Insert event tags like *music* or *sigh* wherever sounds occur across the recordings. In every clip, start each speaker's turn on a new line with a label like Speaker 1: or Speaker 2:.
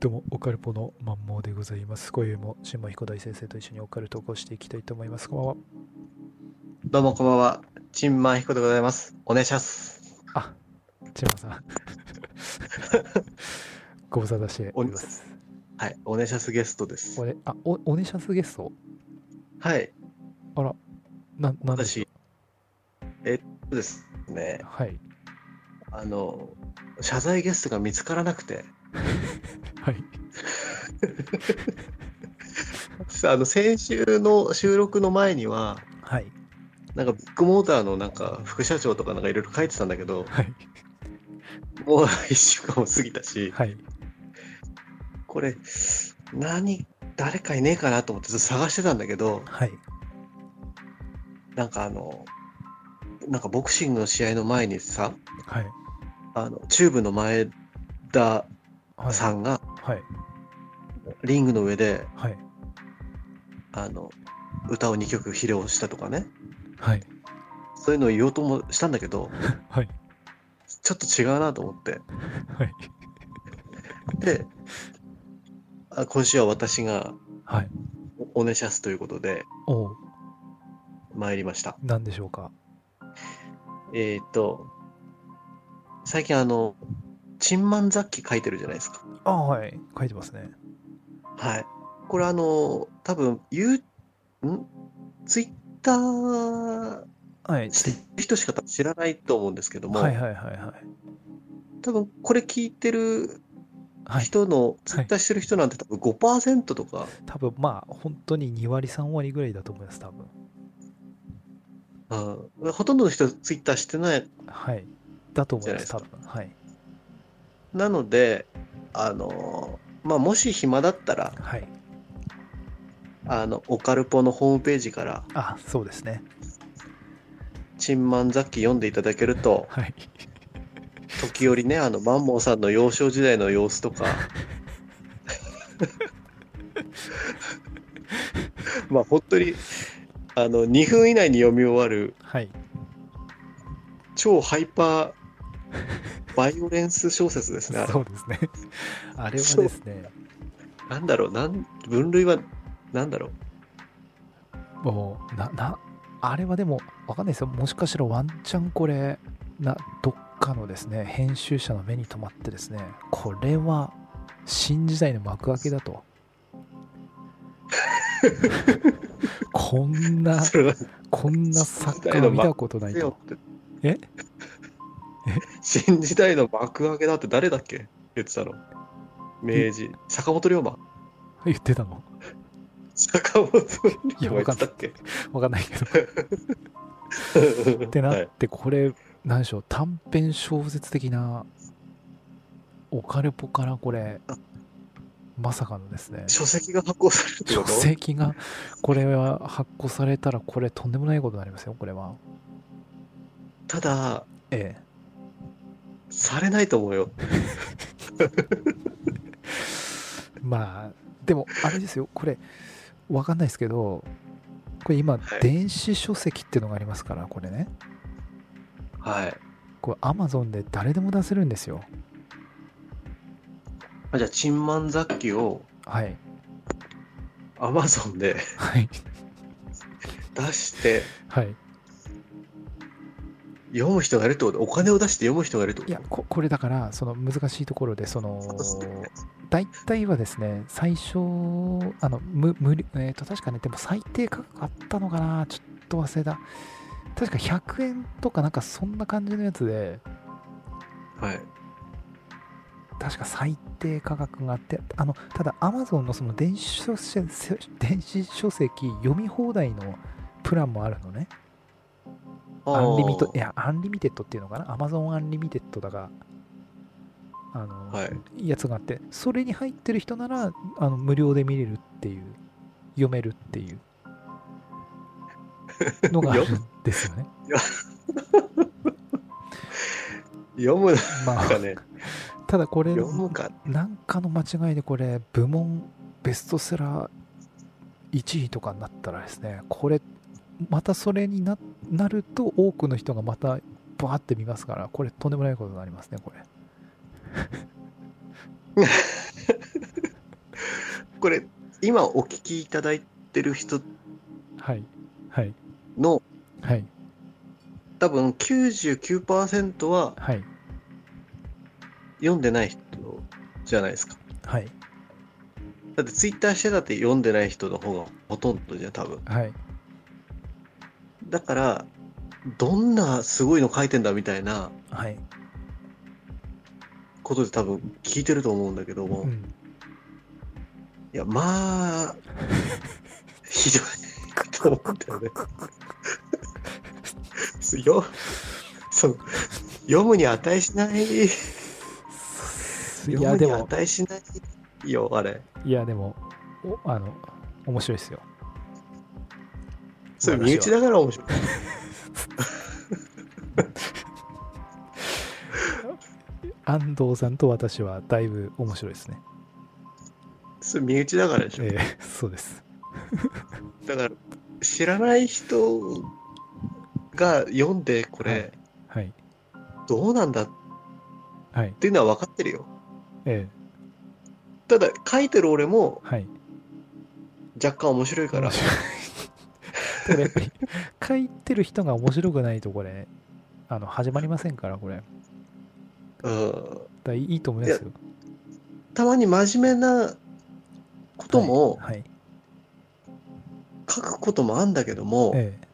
Speaker 1: どうも、オカルポのまんもうでございます。今宵も新馬彦大先生と一緒にオカル投稿していきたいと思います。こんばんは。
Speaker 2: どうもこんばんは。チンマンヒコでございます。お願いします。
Speaker 1: あ、千葉さん。 *laughs* ご無沙汰しております。
Speaker 2: はい。お願いしますゲストです
Speaker 1: お。れあ、お、おねしゃすゲスト
Speaker 2: はい。
Speaker 1: な、なんでしょ
Speaker 2: 私、えっとですね
Speaker 1: う。はい。
Speaker 2: あの、謝罪ゲストが見つからな
Speaker 1: *laughs*
Speaker 2: くて、
Speaker 1: はい。
Speaker 2: あの、先週の収録の前には、
Speaker 1: はい。
Speaker 2: なんかビッグモーターのなんか副社長とかなんかいろいろ書いてたんだけど、
Speaker 1: はい。
Speaker 2: もう一週間も過ぎたし、
Speaker 1: はい。
Speaker 2: これ、何、誰かいねえかなと思ってずっと探してたんだけど、
Speaker 1: はい。
Speaker 2: なんかあの、なんかボクシングの試合の前にさ、
Speaker 1: はい。
Speaker 2: あの、チューブの前田
Speaker 1: はい。
Speaker 2: さんが
Speaker 1: はい。
Speaker 2: リングの上で
Speaker 1: はい。
Speaker 2: あの歌を2曲披露したとかね
Speaker 1: はい。
Speaker 2: そういうのを言おうともしたんだけど
Speaker 1: はい。
Speaker 2: ちょっと違うなと思って
Speaker 1: はい。
Speaker 2: であ今週は私が
Speaker 1: はい。
Speaker 2: おおねしゃすということで
Speaker 1: おう、
Speaker 2: 参りました
Speaker 1: なんでしょうか。
Speaker 2: えーっと最近あの「チンマン雑記」書いてるじゃないですか
Speaker 1: あ、はい。書いてますね。
Speaker 2: はいこれあの多分言うんツイッター
Speaker 1: はい。
Speaker 2: してる人しか多分知らないと思うんですけども、
Speaker 1: はいはいはいはい。
Speaker 2: 多分これ聞いてる
Speaker 1: はい
Speaker 2: 人の、ツイッターしてる人なんて多分5%とか、
Speaker 1: 多分まあ、本当に2割3割ぐらいだと思います、多分。
Speaker 2: うんほとんどの人ツイッターしてない。
Speaker 1: はい。だと思います、
Speaker 2: じ
Speaker 1: 多
Speaker 2: ゃな
Speaker 1: 分。はい。
Speaker 2: なので、あのーまあ、もし暇だったら、
Speaker 1: はい。
Speaker 2: あの、オカルポのホームページから、
Speaker 1: あ、そうですね。
Speaker 2: チンマン雑記読んでいただけると、
Speaker 1: はい。
Speaker 2: 時折ね、あの、マンモーさんの幼少時代の様
Speaker 1: *laughs*
Speaker 2: 子とか、まあ、本当に、あの、2分以内に読み終わる、
Speaker 1: はい。
Speaker 2: 超ハイパーバイオレンス小説ですね。あれ
Speaker 1: *laughs* そうですね。あれは
Speaker 2: そう
Speaker 1: ですね、
Speaker 2: なんだろう、なん分類はなんだろう。
Speaker 1: もう、な、な、あれはでも、わかんないですよ。もしかしたらワンチャンこれ、な、どっかのですね、編集者の目に留まってですね、これは新時代の幕開けだ
Speaker 2: *laughs*
Speaker 1: と。こんな、
Speaker 2: それは
Speaker 1: こんな作家を見たことないと。え
Speaker 2: *laughs* 新時代の幕開けだって誰だっけ言ってたの。明治。坂本龍馬。
Speaker 1: 言ってたの
Speaker 2: 坂本
Speaker 1: い
Speaker 2: 龍
Speaker 1: や
Speaker 2: 馬
Speaker 1: わか
Speaker 2: 言っ
Speaker 1: ん
Speaker 2: てたっけ
Speaker 1: わかんないけど。っ
Speaker 2: って
Speaker 1: な
Speaker 2: は
Speaker 1: っ
Speaker 2: い、
Speaker 1: てこれ何でしょう短編小説的なオカルポからこれ
Speaker 2: あ
Speaker 1: まさかのですね
Speaker 2: 書籍が発行されるってこ
Speaker 1: 書
Speaker 2: と
Speaker 1: 籍がこれは発行されたらこれとんでもないことになりますよこれは
Speaker 2: ただ、
Speaker 1: ええ
Speaker 2: されないと思うよ。
Speaker 1: まあでもあれですよこれわかんないですけどこれ今
Speaker 2: はい
Speaker 1: 電子書籍っていうのがありますからこれね
Speaker 2: はい。
Speaker 1: これ Amazon で誰でも出せるんですよ
Speaker 2: あじゃあ、チンマン雑記を
Speaker 1: はい
Speaker 2: アマゾンで
Speaker 1: はい
Speaker 2: 出して
Speaker 1: はい
Speaker 2: 読む人がいるってことお金を出して読む人がいるってこ
Speaker 1: い
Speaker 2: と
Speaker 1: やここれだからその難しいところでその
Speaker 2: そうですよね
Speaker 1: 大体はですね最初あの無無料えっ、と確かねでも最低価格あったのかなちょっと忘れた確か100円とかなんかそんな感じのやつで
Speaker 2: はい。
Speaker 1: 確か最低価格があってあのただ Amazon のその電子書籍電子書籍読み放題のプランもあるのねアンリミットいやアンリミテッドっていうのかな Amazon アンリミテッドだがあの、
Speaker 2: はい。
Speaker 1: やつがあってそれに入ってる人ならあの無料で見れるっていう読めるっていうのがあるんですよね。
Speaker 2: 読むな
Speaker 1: ま
Speaker 2: ん
Speaker 1: あ
Speaker 2: かね、
Speaker 1: ただこれ
Speaker 2: 読むか。
Speaker 1: なんかの間違いでこれ部門ベストセラー1位とかになったらですねこれまたそれにななると多くの人がまたバーって見ますからこれとんでもないことになりますねこれ。
Speaker 2: これ、今お聞きいただいてる人
Speaker 1: はいはい
Speaker 2: の
Speaker 1: はい
Speaker 2: 多分99%は
Speaker 1: はい
Speaker 2: 読んでない人じゃないですか。
Speaker 1: はい
Speaker 2: だってツイッターしてたって読んでない人の方がほとんどじゃん多分。
Speaker 1: はい
Speaker 2: だから、どんなすごいの書いてんだみたいな
Speaker 1: はい
Speaker 2: ことで多分聞いてると思うんだけども、
Speaker 1: う
Speaker 2: い
Speaker 1: ん
Speaker 2: や、まあ、ひどいと思うんだよね。すよそう読むに値しない、
Speaker 1: いや
Speaker 2: 読む
Speaker 1: で
Speaker 2: に
Speaker 1: も
Speaker 2: 値しないよ、あれ。
Speaker 1: いやでもおあの面白いですよ
Speaker 2: それ身内
Speaker 1: だ
Speaker 2: だから面白い。
Speaker 1: 安藤さんと私はだいぶ面白いですね
Speaker 2: それ身内だからでしょ。
Speaker 1: え *laughs* えそうです
Speaker 2: だから、知らない人が読んで、これ、
Speaker 1: はい
Speaker 2: どうなんだっ
Speaker 1: はい
Speaker 2: ていうのは分かってるよ。
Speaker 1: ええ
Speaker 2: ただ、書いてる俺も
Speaker 1: はい
Speaker 2: 若干面白
Speaker 1: *laughs*
Speaker 2: いから
Speaker 1: 面、白いただやっぱり書いてる人が面白くないとこれあの始まりませんからこれだか
Speaker 2: うん、
Speaker 1: らいいと思いますよ
Speaker 2: たまに真面目なことも
Speaker 1: はい、はい
Speaker 2: 書くこともあんだけども、
Speaker 1: ええ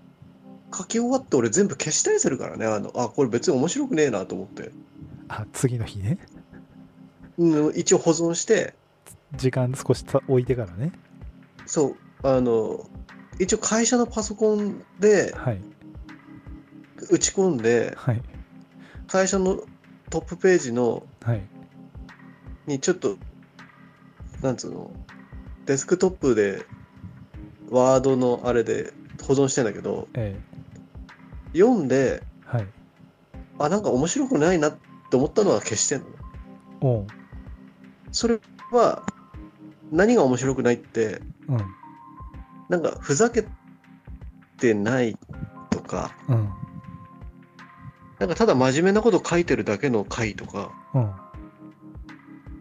Speaker 2: 書き終わって俺全部消したりするからね、あの、あ、これ別に面白くねえなと思って。
Speaker 1: あ次の日ね
Speaker 2: うん、一応保存して、
Speaker 1: 時間少した置いてからね
Speaker 2: そう、あの、一応会社のパソコンで
Speaker 1: はい
Speaker 2: 打ち込んで、
Speaker 1: はい
Speaker 2: 会社のトップページの
Speaker 1: はい
Speaker 2: にちょっと、なんつうの、デスクトップで、ワードのあれで保存してんだけど、
Speaker 1: え
Speaker 2: 読んで、
Speaker 1: えはい
Speaker 2: あ、なんか面白くないなって思ったのは消してんの。
Speaker 1: おう
Speaker 2: それは、何が面白くないって、
Speaker 1: うん
Speaker 2: なんかふざけてないとか、
Speaker 1: うん
Speaker 2: なんかただ真面目なこと書いてるだけの回とか、
Speaker 1: うん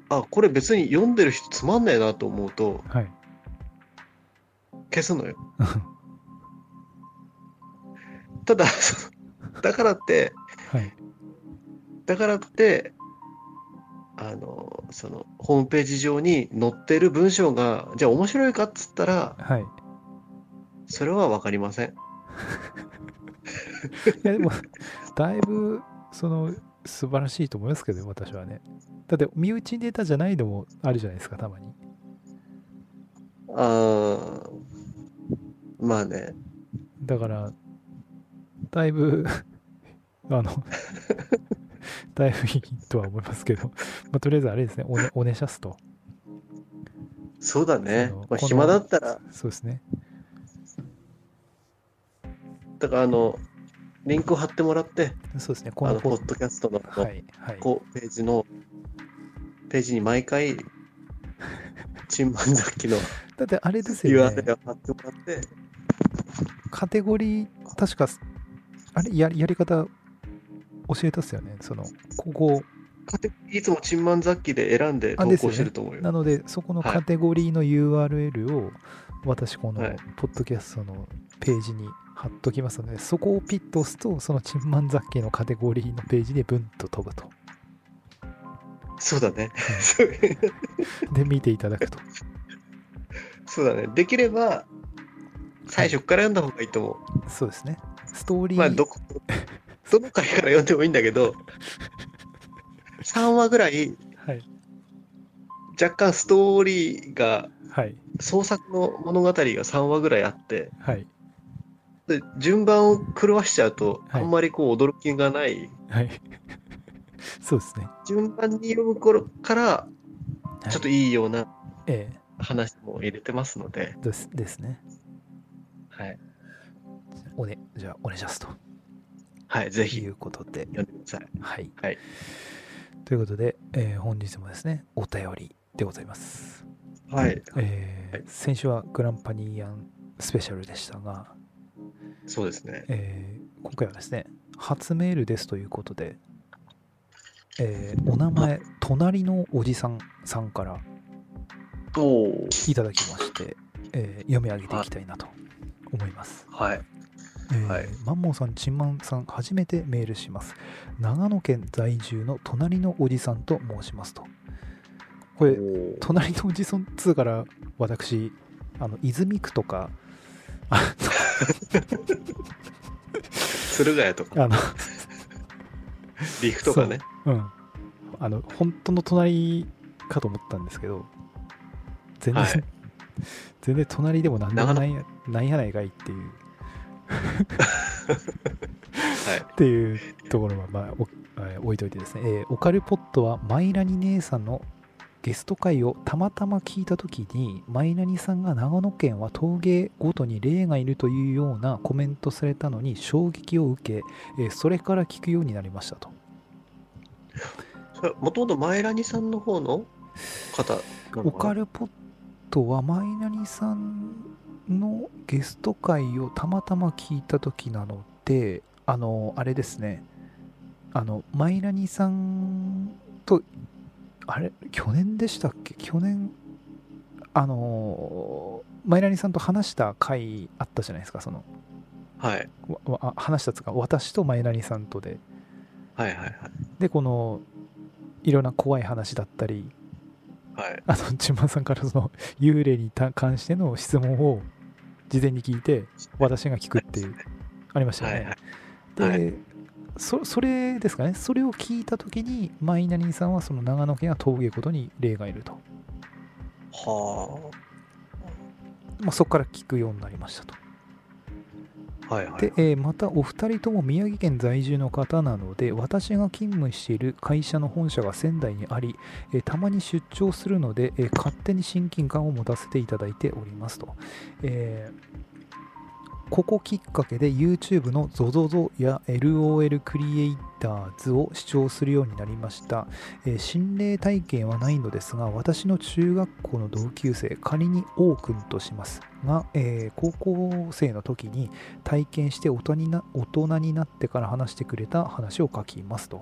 Speaker 2: あ、これ別に読んでる人つまんないなと思うと
Speaker 1: はい *laughs*
Speaker 2: 消すのよ。ただ、 *laughs* そのだからって、
Speaker 1: はい
Speaker 2: だからって、あの、その、ホームページ上に載ってる文章が、じゃあ面白いかっつったら、
Speaker 1: はい
Speaker 2: それはわかりません。
Speaker 1: いやでも、だいぶ、その、素晴らしいと思いますけどね、私はね。だって、身内ネタじゃないのもあるじゃないですか、たまに。
Speaker 2: あーまあね。
Speaker 1: だから、だいぶ、 *laughs* あの、 *laughs* だいぶいいとは思いますけど、まあ、とりあえずあれですね、おねおねしゃすと。
Speaker 2: そうだね
Speaker 1: その。
Speaker 2: まあ、
Speaker 1: この
Speaker 2: 暇だったら、
Speaker 1: そうですね。
Speaker 2: だからあの、リンクを貼ってもらって、
Speaker 1: そうですね、こ
Speaker 2: あ
Speaker 1: の
Speaker 2: の、ポ
Speaker 1: ポ
Speaker 2: ッドキャストの、こ
Speaker 1: はい、はい。
Speaker 2: こう、ページの、ページに毎
Speaker 1: *laughs*
Speaker 2: 回、チンマン雑記の
Speaker 1: だって、あれですよね
Speaker 2: URL、を貼ってもらって、
Speaker 1: カテゴリー、確か、あれ、ややり方、教えたっすよね、その、ここ、
Speaker 2: カテゴリーいつもチンマン雑記で選んで投
Speaker 1: あですよ
Speaker 2: 稿
Speaker 1: ね
Speaker 2: してると思うよ。
Speaker 1: なので、そこの
Speaker 2: はい
Speaker 1: カテゴリーの URL を、私、この
Speaker 2: はい、
Speaker 1: ポッドキャストのページに貼っときますので、そこをピッと押すと、そのチンマン雑記のカテゴリーのページでブンと飛ぶと。
Speaker 2: そうだね。 *laughs*
Speaker 1: で、見ていただくと。
Speaker 2: そうだね。できれば、最初から読んだ方がいいと思う。
Speaker 1: そうですね。ストーリー、
Speaker 2: まあ、どこ、どの回から読んでもいいんだけど、3話ぐらい、
Speaker 1: はい。
Speaker 2: 若干ストーリーが、
Speaker 1: はい。
Speaker 2: 創作の物語が3話ぐらいあって、
Speaker 1: はい。
Speaker 2: で順番を狂わしちゃうと、
Speaker 1: はい
Speaker 2: あんまりこう驚きがない。
Speaker 1: はい。 *laughs* そうですね。
Speaker 2: 順番に読む頃から、
Speaker 1: はい
Speaker 2: ちょっといいような
Speaker 1: ええ
Speaker 2: 話も入れてますので、
Speaker 1: ですですね。
Speaker 2: はい。
Speaker 1: おね、じゃあ、お願いしますと。
Speaker 2: はい、ぜひ
Speaker 1: い、うことで、
Speaker 2: 読んでください。
Speaker 1: はい。
Speaker 2: はい
Speaker 1: ということで、えー本日もですね、お便りでございます。
Speaker 2: はい。
Speaker 1: えー
Speaker 2: はい
Speaker 1: 先週はグランパニーアンスペシャルでしたが、
Speaker 2: そうですね。
Speaker 1: えー今回はですね初メールですということで、えーお名前隣のおじさんさんから
Speaker 2: おお
Speaker 1: いただきまして、えー読み上げていきたいなと思います。
Speaker 2: はい。
Speaker 1: えー
Speaker 2: はい
Speaker 1: マンモンさん、チンマンさん、初めてメールします。長野県在住の隣のおじさんと申しますと。これ、
Speaker 2: おー
Speaker 1: 隣のおじさんっつうから、私、あの泉区とか、あ
Speaker 2: 駿河屋とか、
Speaker 1: あの、
Speaker 2: 陸とかね。
Speaker 1: うん、あの本当の隣かと思ったんですけど全然、
Speaker 2: はい
Speaker 1: 全然隣でもなんでも
Speaker 2: 長野
Speaker 1: ないやないやないかいっていう
Speaker 2: はい。
Speaker 1: っていうところは、まあおえー置いといてですね、えーオカルポットはマイラニ姉さんのゲスト会をたまたま聞いた時にマイラニさんが長野県は陶芸ごとに霊がいるというようなコメントされたのに衝撃を受け、えーそれから聞くようになりましたと
Speaker 2: もともとマイラニさんの方の方なの
Speaker 1: オ
Speaker 2: か
Speaker 1: カ
Speaker 2: な
Speaker 1: ルポットはマイナリさんのゲスト会をたまたま聞いた時なのであのあれですねあのマイナリさんとあれ去年でしたっけ去年あのマイナリさんと話した回あったじゃないですかその
Speaker 2: はい。
Speaker 1: わわあ話したつうか私とマイナリさんとで
Speaker 2: はいはいはい。
Speaker 1: でこのいろんな怖い話だったり
Speaker 2: はい。
Speaker 1: あの、チンマンさんからその *laughs* 幽霊にた関しての質問を事前に聞いて、私が聞くっていう、ありましたよね。
Speaker 2: はいはい
Speaker 1: で、そそれですかね、それを聞いたときに、マイナリンさんはその長野県は峠ことに霊がいると。
Speaker 2: は
Speaker 1: まあ、そこから聞くようになりましたと。
Speaker 2: あ。はいはい。
Speaker 1: で、えーまたお二人とも宮城県在住の方なので私が勤務している会社の本社が仙台にあり、えーたまに出張するので、えー勝手に親近感を持たせていただいておりますと、えーここきっかけで YouTube の ZOZOZO や LOL クリエイターズを視聴するようになりました、えー心霊体験はないのですが私の中学校の同級生仮に O 君としますが、えー高校生の時に体験して大人にな大人になってから話してくれた話を書きますと、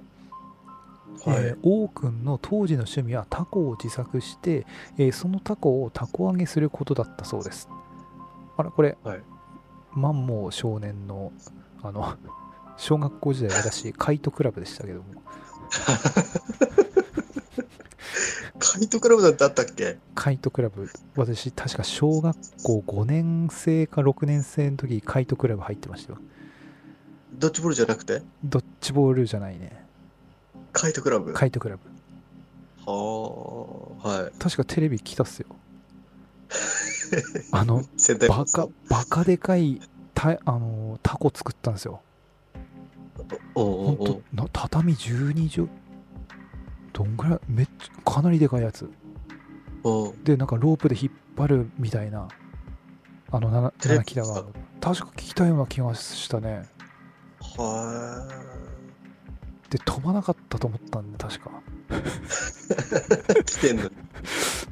Speaker 2: はい。
Speaker 1: えー王くんの当時の趣味はタコを自作して、えーそのタコをタコ揚げすることだったそうですあらこれ、
Speaker 2: はい
Speaker 1: マンモー少年のあの *laughs* 小学校時代私 *laughs* カイトクラブでしたけども
Speaker 2: カイトクラブだってあったっけ
Speaker 1: カイトクラブ私確か小学校5年生か6年生の時にカイトクラブ入ってましたよ
Speaker 2: ドッジボールじゃなくて
Speaker 1: ドッジボールじゃないね
Speaker 2: カイトクラブは
Speaker 1: カイトクラブ
Speaker 2: あ。はい。
Speaker 1: 確かテレビ来たっすよあの
Speaker 2: 仙台
Speaker 1: バカバカでかいたあのータコ作ったんですよほ
Speaker 2: おうんおうおう
Speaker 1: とな畳12畳どんぐらいめっちゃかなりでかいやつ
Speaker 2: おう
Speaker 1: でなんかロープで引っ張るみたいなあのなな
Speaker 2: テレ
Speaker 1: 七
Speaker 2: ビ
Speaker 1: 木田が確か聞いたような気がしたね
Speaker 2: は
Speaker 1: で飛ばなかったと思ったんで確か
Speaker 2: い。来てんの。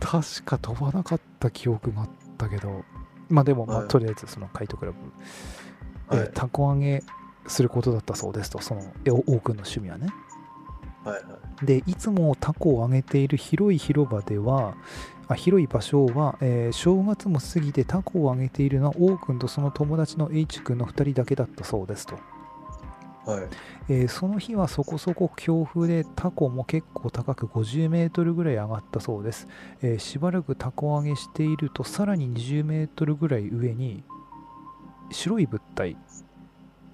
Speaker 1: 確か飛ばなかった記憶があったけどまあでも、まあ、
Speaker 2: はい
Speaker 1: とりあえずそのカイトクラブえー
Speaker 2: はい
Speaker 1: タコ揚げすることだったそうですとそのえお王くんの趣味はね
Speaker 2: はいはい。
Speaker 1: でいつもタコを揚げている広い広場ではあ広い場所は、えー正月も過ぎてタコを揚げているのは王くんとその友達の H 君の2人だけだったそうですと、
Speaker 2: はい。
Speaker 1: えーその日はそこそこ強風でタコも結構高く50メートルぐらい上がったそうです、えーしばらくタコ揚げしているとさらに20メートルぐらい上に白い物体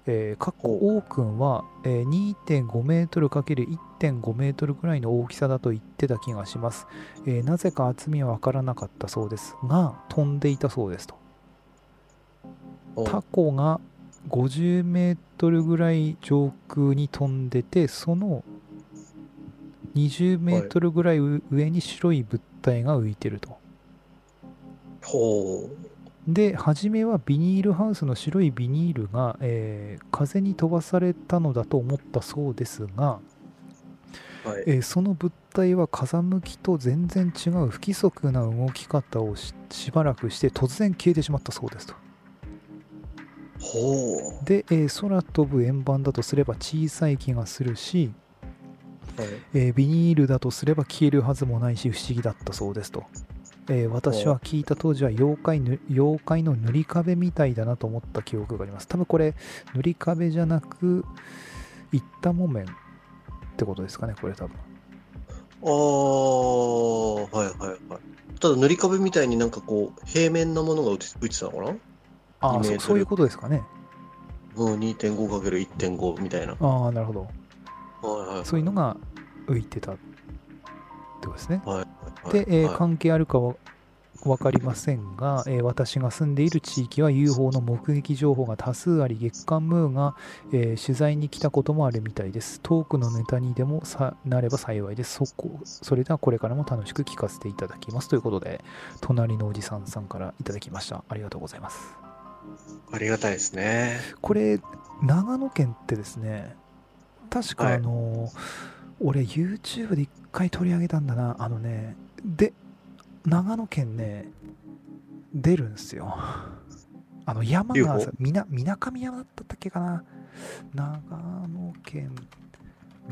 Speaker 1: えー、かっこ王くんは、えー2.5メートル ×1.5 メートルぐらいの大きさだと言ってた気がします、えーなぜか厚みはわからなかったそうですが飛んでいたそうですと
Speaker 2: おう
Speaker 1: タコが50メートルぐらい上空に飛んでてその20メートルぐらいう上に白い物体が浮いてると。
Speaker 2: ほう。
Speaker 1: で初めはビニールハウスの白いビニールが、えー風に飛ばされたのだと思ったそうですが、
Speaker 2: はい。
Speaker 1: えーその物体は風向きと全然違う不規則な動き方をししばらくして突然消えてしまったそうですと。
Speaker 2: ほう。
Speaker 1: で、えー空飛ぶ円盤だとすれば小さい気がするし、
Speaker 2: はい。
Speaker 1: えービニールだとすれば消えるはずもないし不思議だったそうですと、えー私は聞いた当時は妖怪ぬ妖怪の塗り壁みたいだなと思った記憶があります多分これ塗り壁じゃなくいったもめんってことですかねこれ多分
Speaker 2: ああ、はいはいはい。ただ塗り壁みたいになんかこう、平面なものが打ち打ちたのかな
Speaker 1: ああ
Speaker 2: イメー
Speaker 1: そ
Speaker 2: ジ
Speaker 1: そういうことですかね
Speaker 2: うん、2.5×1.5 みたいな。
Speaker 1: ああなるほど
Speaker 2: はいはい。
Speaker 1: そういうのが浮いてたってことですね
Speaker 2: はい
Speaker 1: で、えー
Speaker 2: はい
Speaker 1: 関係あるかは分かりませんが、えー私が住んでいる地域は UFO の目撃情報が多数あり月刊ムーが、えー取材に来たこともあるみたいですトークのネタにでもさなれば幸いですそこそれではこれからも楽しく聞かせていただきますということで隣のおじさんさんからいただきましたありがとうございます
Speaker 2: ありがたいですね。
Speaker 1: これ長野県ってですね確か
Speaker 2: はい
Speaker 1: あの、俺 YouTube で一回取り上げたんだなあのねで長野県ね出るんですよ *laughs* あの山が
Speaker 2: UFO
Speaker 1: さみなみなかみ山だったっけかな長野県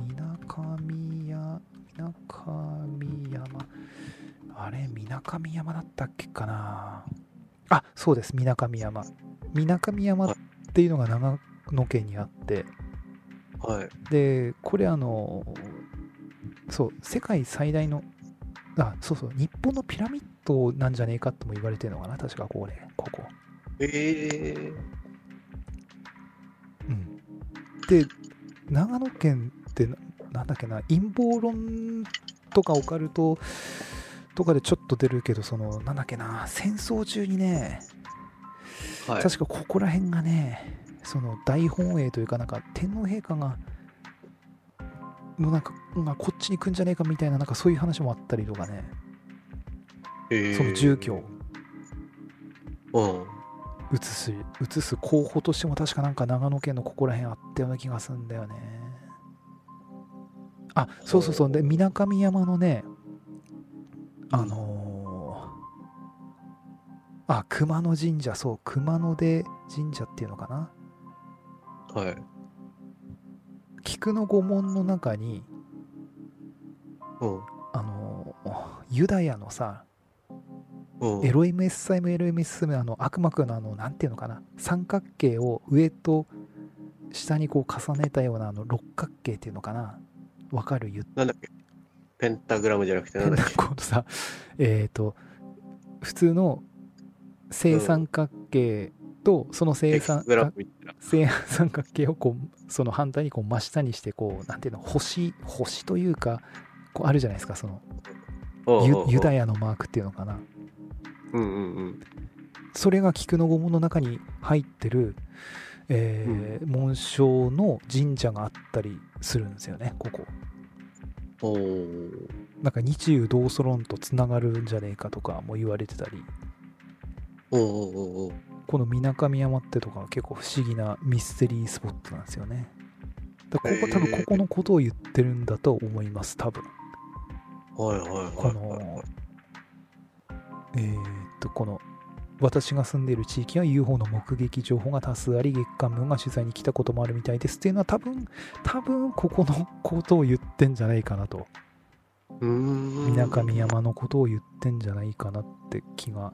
Speaker 1: みなかみやみなかみ山あれみなかみ山だったっけかなあそうですみなかみ山みなかみ山っていうのが長野県にあって
Speaker 2: はい。
Speaker 1: でこれあのそう世界最大のあそうそう日本のピラミッドなんじゃねえかとも言われてるのかな確かここねここ
Speaker 2: ええ
Speaker 1: うんで長野県ってななんだっけな陰謀論とかオカルトとかでちょっと出るけどそのなんだっけな戦争中にね
Speaker 2: はい。
Speaker 1: 確かここら辺がねその大本営というかなんか天皇陛下がのなんかがこっちに来んじゃねえかみたいななんかそういう話もあったりとかね
Speaker 2: ええ
Speaker 1: その住居を
Speaker 2: うん。
Speaker 1: 移す移す候補としても確かなんか長野県のここら辺あったような気がするんだよねあそうそうそうでみなかみ山のねあのーあ熊野神社そう熊野で神社っていうのかな
Speaker 2: はい。
Speaker 1: 菊の御門の中に
Speaker 2: うん。
Speaker 1: あのユダヤのさ、
Speaker 2: うん。
Speaker 1: エロイムエッサイムエロイムエッサイムあの悪魔くんのあのなんていうのかな三角形を上と下にこう重ねたようなあの六角形っていうのかなわかる言っ
Speaker 2: なんだっけペンタグラムじゃなく
Speaker 1: て
Speaker 2: てなん
Speaker 1: んだ *laughs*
Speaker 2: だっけ
Speaker 1: このさえっ、と普通の正三角形とその正
Speaker 2: ヘ
Speaker 1: 三
Speaker 2: ク
Speaker 1: 角
Speaker 2: グラムみたいな。
Speaker 1: 正三角形をこうその反対にこう真下にしてこうなんていうの星星というかこうあるじゃないですかその
Speaker 2: うん
Speaker 1: ユ
Speaker 2: うんうん
Speaker 1: ユダヤのマークっていうのかな
Speaker 2: うんうんうん。
Speaker 1: それが菊の御門の中に入ってる、えー紋章の神社があったりするんですよねここ
Speaker 2: おー
Speaker 1: なんか日中同ソロンとつながるんじゃねえかとかも言われてたり
Speaker 2: おーおーおーおー
Speaker 1: この水上山ってとかは結構不思議なミステリースポットなんですよねだからここ多分
Speaker 2: へー
Speaker 1: ここのことを言ってるんだと思います多分
Speaker 2: はいはいはい
Speaker 1: こ
Speaker 2: はいはい
Speaker 1: の。えーっとこの私が住んでいる地域は UFO の目撃情報が多数あり月刊ムーンが取材に来たこともあるみたいですっていうのは多分多分ここのことを言ってんじゃないかなと
Speaker 2: うーん
Speaker 1: 水上山のことを言ってんじゃないかなって気が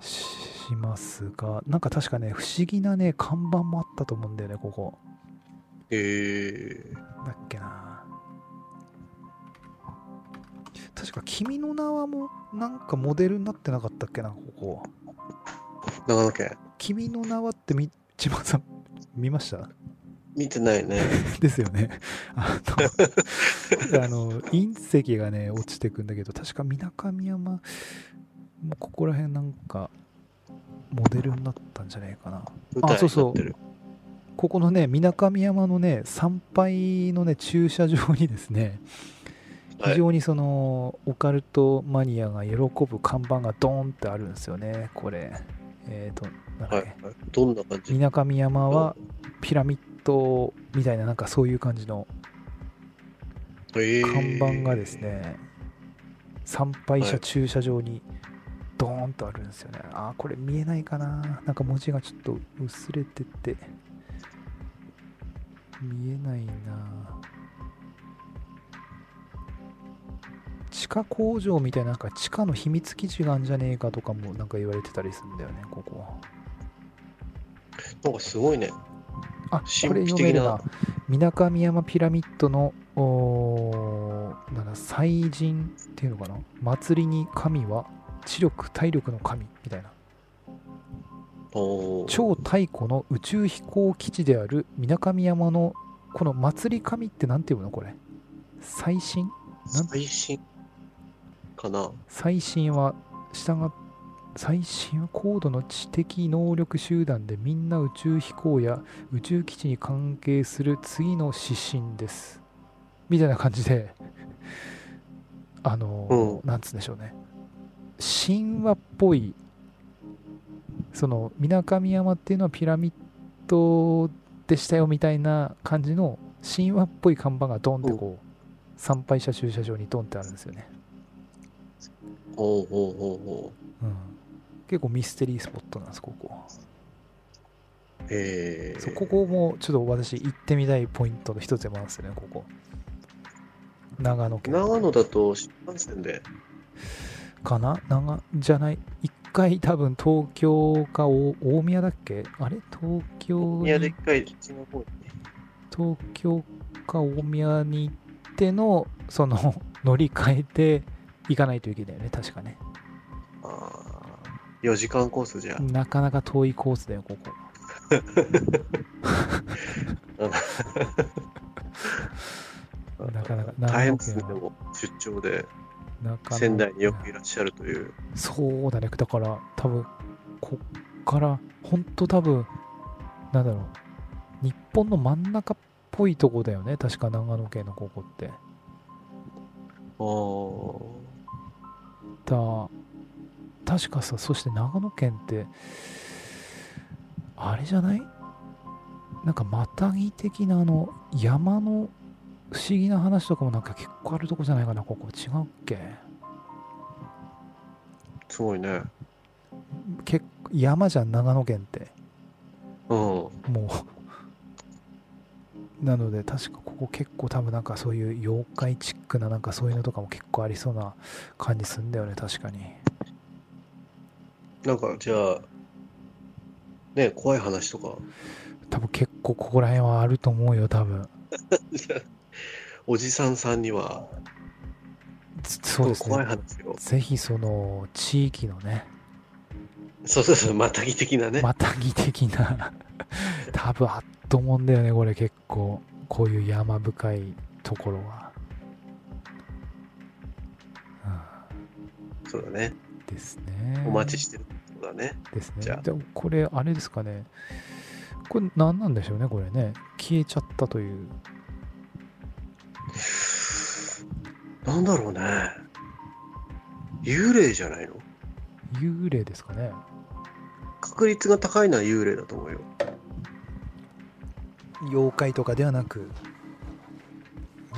Speaker 1: ししますがなんか確かね不思議なね看板もあったと思うんだよねここ
Speaker 2: ええ
Speaker 1: だっけな確か「君の名は」もなんかモデルになってなかったっけなここ
Speaker 2: 長野県
Speaker 1: 「君の名は」ってみ千葉さん見ました *laughs*
Speaker 2: 見てないね。
Speaker 1: ですよねあのあの隕石がね落ちてくんだけど確か水上山もうここら辺なんかモデルになったんじゃないかな
Speaker 2: 舞台になってる
Speaker 1: そうそうここのね水上山のね参拝のね駐車場にですね
Speaker 2: は
Speaker 1: 非
Speaker 2: い
Speaker 1: 常にそのオカルトマニアが喜ぶ看板がドーンってあるんですよねこれえっ、となん
Speaker 2: は
Speaker 1: だ
Speaker 2: い
Speaker 1: っけ
Speaker 2: はい。どんな感じ
Speaker 1: みなかみ山はピラミッドみたいななんかそういう感じの
Speaker 2: え
Speaker 1: 看
Speaker 2: ー
Speaker 1: 板がです。ね参拝者駐車場にドーンとあるんですよねあーこれ見えないかななんか文字がちょっと薄れてて見えないな地下工場みたいななんか地下の秘密基地があんじゃねえかとかもなんか言われてたりするんだよねここは
Speaker 2: なんかすごいね。
Speaker 1: あこれ
Speaker 2: 神秘
Speaker 1: 読め
Speaker 2: 的
Speaker 1: る
Speaker 2: な
Speaker 1: な水上山ピラミッドのおーなんだ祭神っていうのかな祭りに神は知力体力の神みたいな
Speaker 2: おー
Speaker 1: 超太古の宇宙飛行基地である水上山のこの祭り神って何て読むのこれ最新なん
Speaker 2: 最新かな。
Speaker 1: 最新は従っ最新は高度の知的能力集団でみんな宇宙飛行や宇宙基地に関係する次の指針ですみたいな感じであの、
Speaker 2: う
Speaker 1: なんつうんでしょうね神話っぽいその水上山っていうのはピラミッドでしたよみたいな感じの神話っぽい看板がドンってこう参拝者駐車場にドンってあるんですよね
Speaker 2: おーおーお
Speaker 1: うん、結構ミステリースポットなんですここ、
Speaker 2: ーおーえー、
Speaker 1: そうここもちょっと私行ってみたいポイントの一つでもあるんですよねここ長野県
Speaker 2: 長野だと新幹線で。
Speaker 1: かな長じゃない一回多分東京かお大宮だっけあれ東京
Speaker 2: 宮で一
Speaker 1: に
Speaker 2: 回、うちの方にね。
Speaker 1: 東京か大宮に行ってのその *laughs* 乗り換えて行かないといけないよね確かね
Speaker 2: あー4時間コースじゃ。
Speaker 1: なかなか遠いコースだよここなかなか
Speaker 2: 大変ですね、
Speaker 1: 長
Speaker 2: で
Speaker 1: 野県
Speaker 2: も、出張で
Speaker 1: なかなか
Speaker 2: 仙台によくいらっしゃるという。
Speaker 1: そうだね、だから多分こっから、本当多分なんだろう、日本の真ん中っぽいとこだよね、確か長野県のここって。
Speaker 2: お
Speaker 1: だ確かさ、そして長野県って、あれじゃないなんかまたぎ的なあの山の不思議な話とかもなんか結構あるとこじゃないかな、ここ。違うっけ
Speaker 2: ーすごいね。
Speaker 1: 結構山じゃん、長野県って。
Speaker 2: うん。
Speaker 1: もうなので確かここ結構多分なんかそういう妖怪チックななんかそういうのとかも結構ありそうな感じすんだよね確かに
Speaker 2: なんか、じゃあ、ね、怖い話とか。
Speaker 1: 多分結構ここら辺はあると思うよ多分
Speaker 2: おじさんさんには、
Speaker 1: つそうです
Speaker 2: 怖い
Speaker 1: ね
Speaker 2: 話を。
Speaker 1: ぜひその地域のね
Speaker 2: そうそうそう、またぎ的なね。
Speaker 1: またぎ的 *laughs* な多分あっと思うんだよねこれ結構こういう山深いところは、
Speaker 2: そうだね。
Speaker 1: うん、ですね
Speaker 2: お待ちしてるってことだね。
Speaker 1: ですね。
Speaker 2: じゃあ
Speaker 1: でもこれ、あれですかね。これ、何なんでしょうね、これね。消えちゃったという。
Speaker 2: なんだろうね。幽霊じゃないの
Speaker 1: 幽霊ですかね。
Speaker 2: 確率が高いのは幽霊だと思うよ。
Speaker 1: 妖怪とかではなく、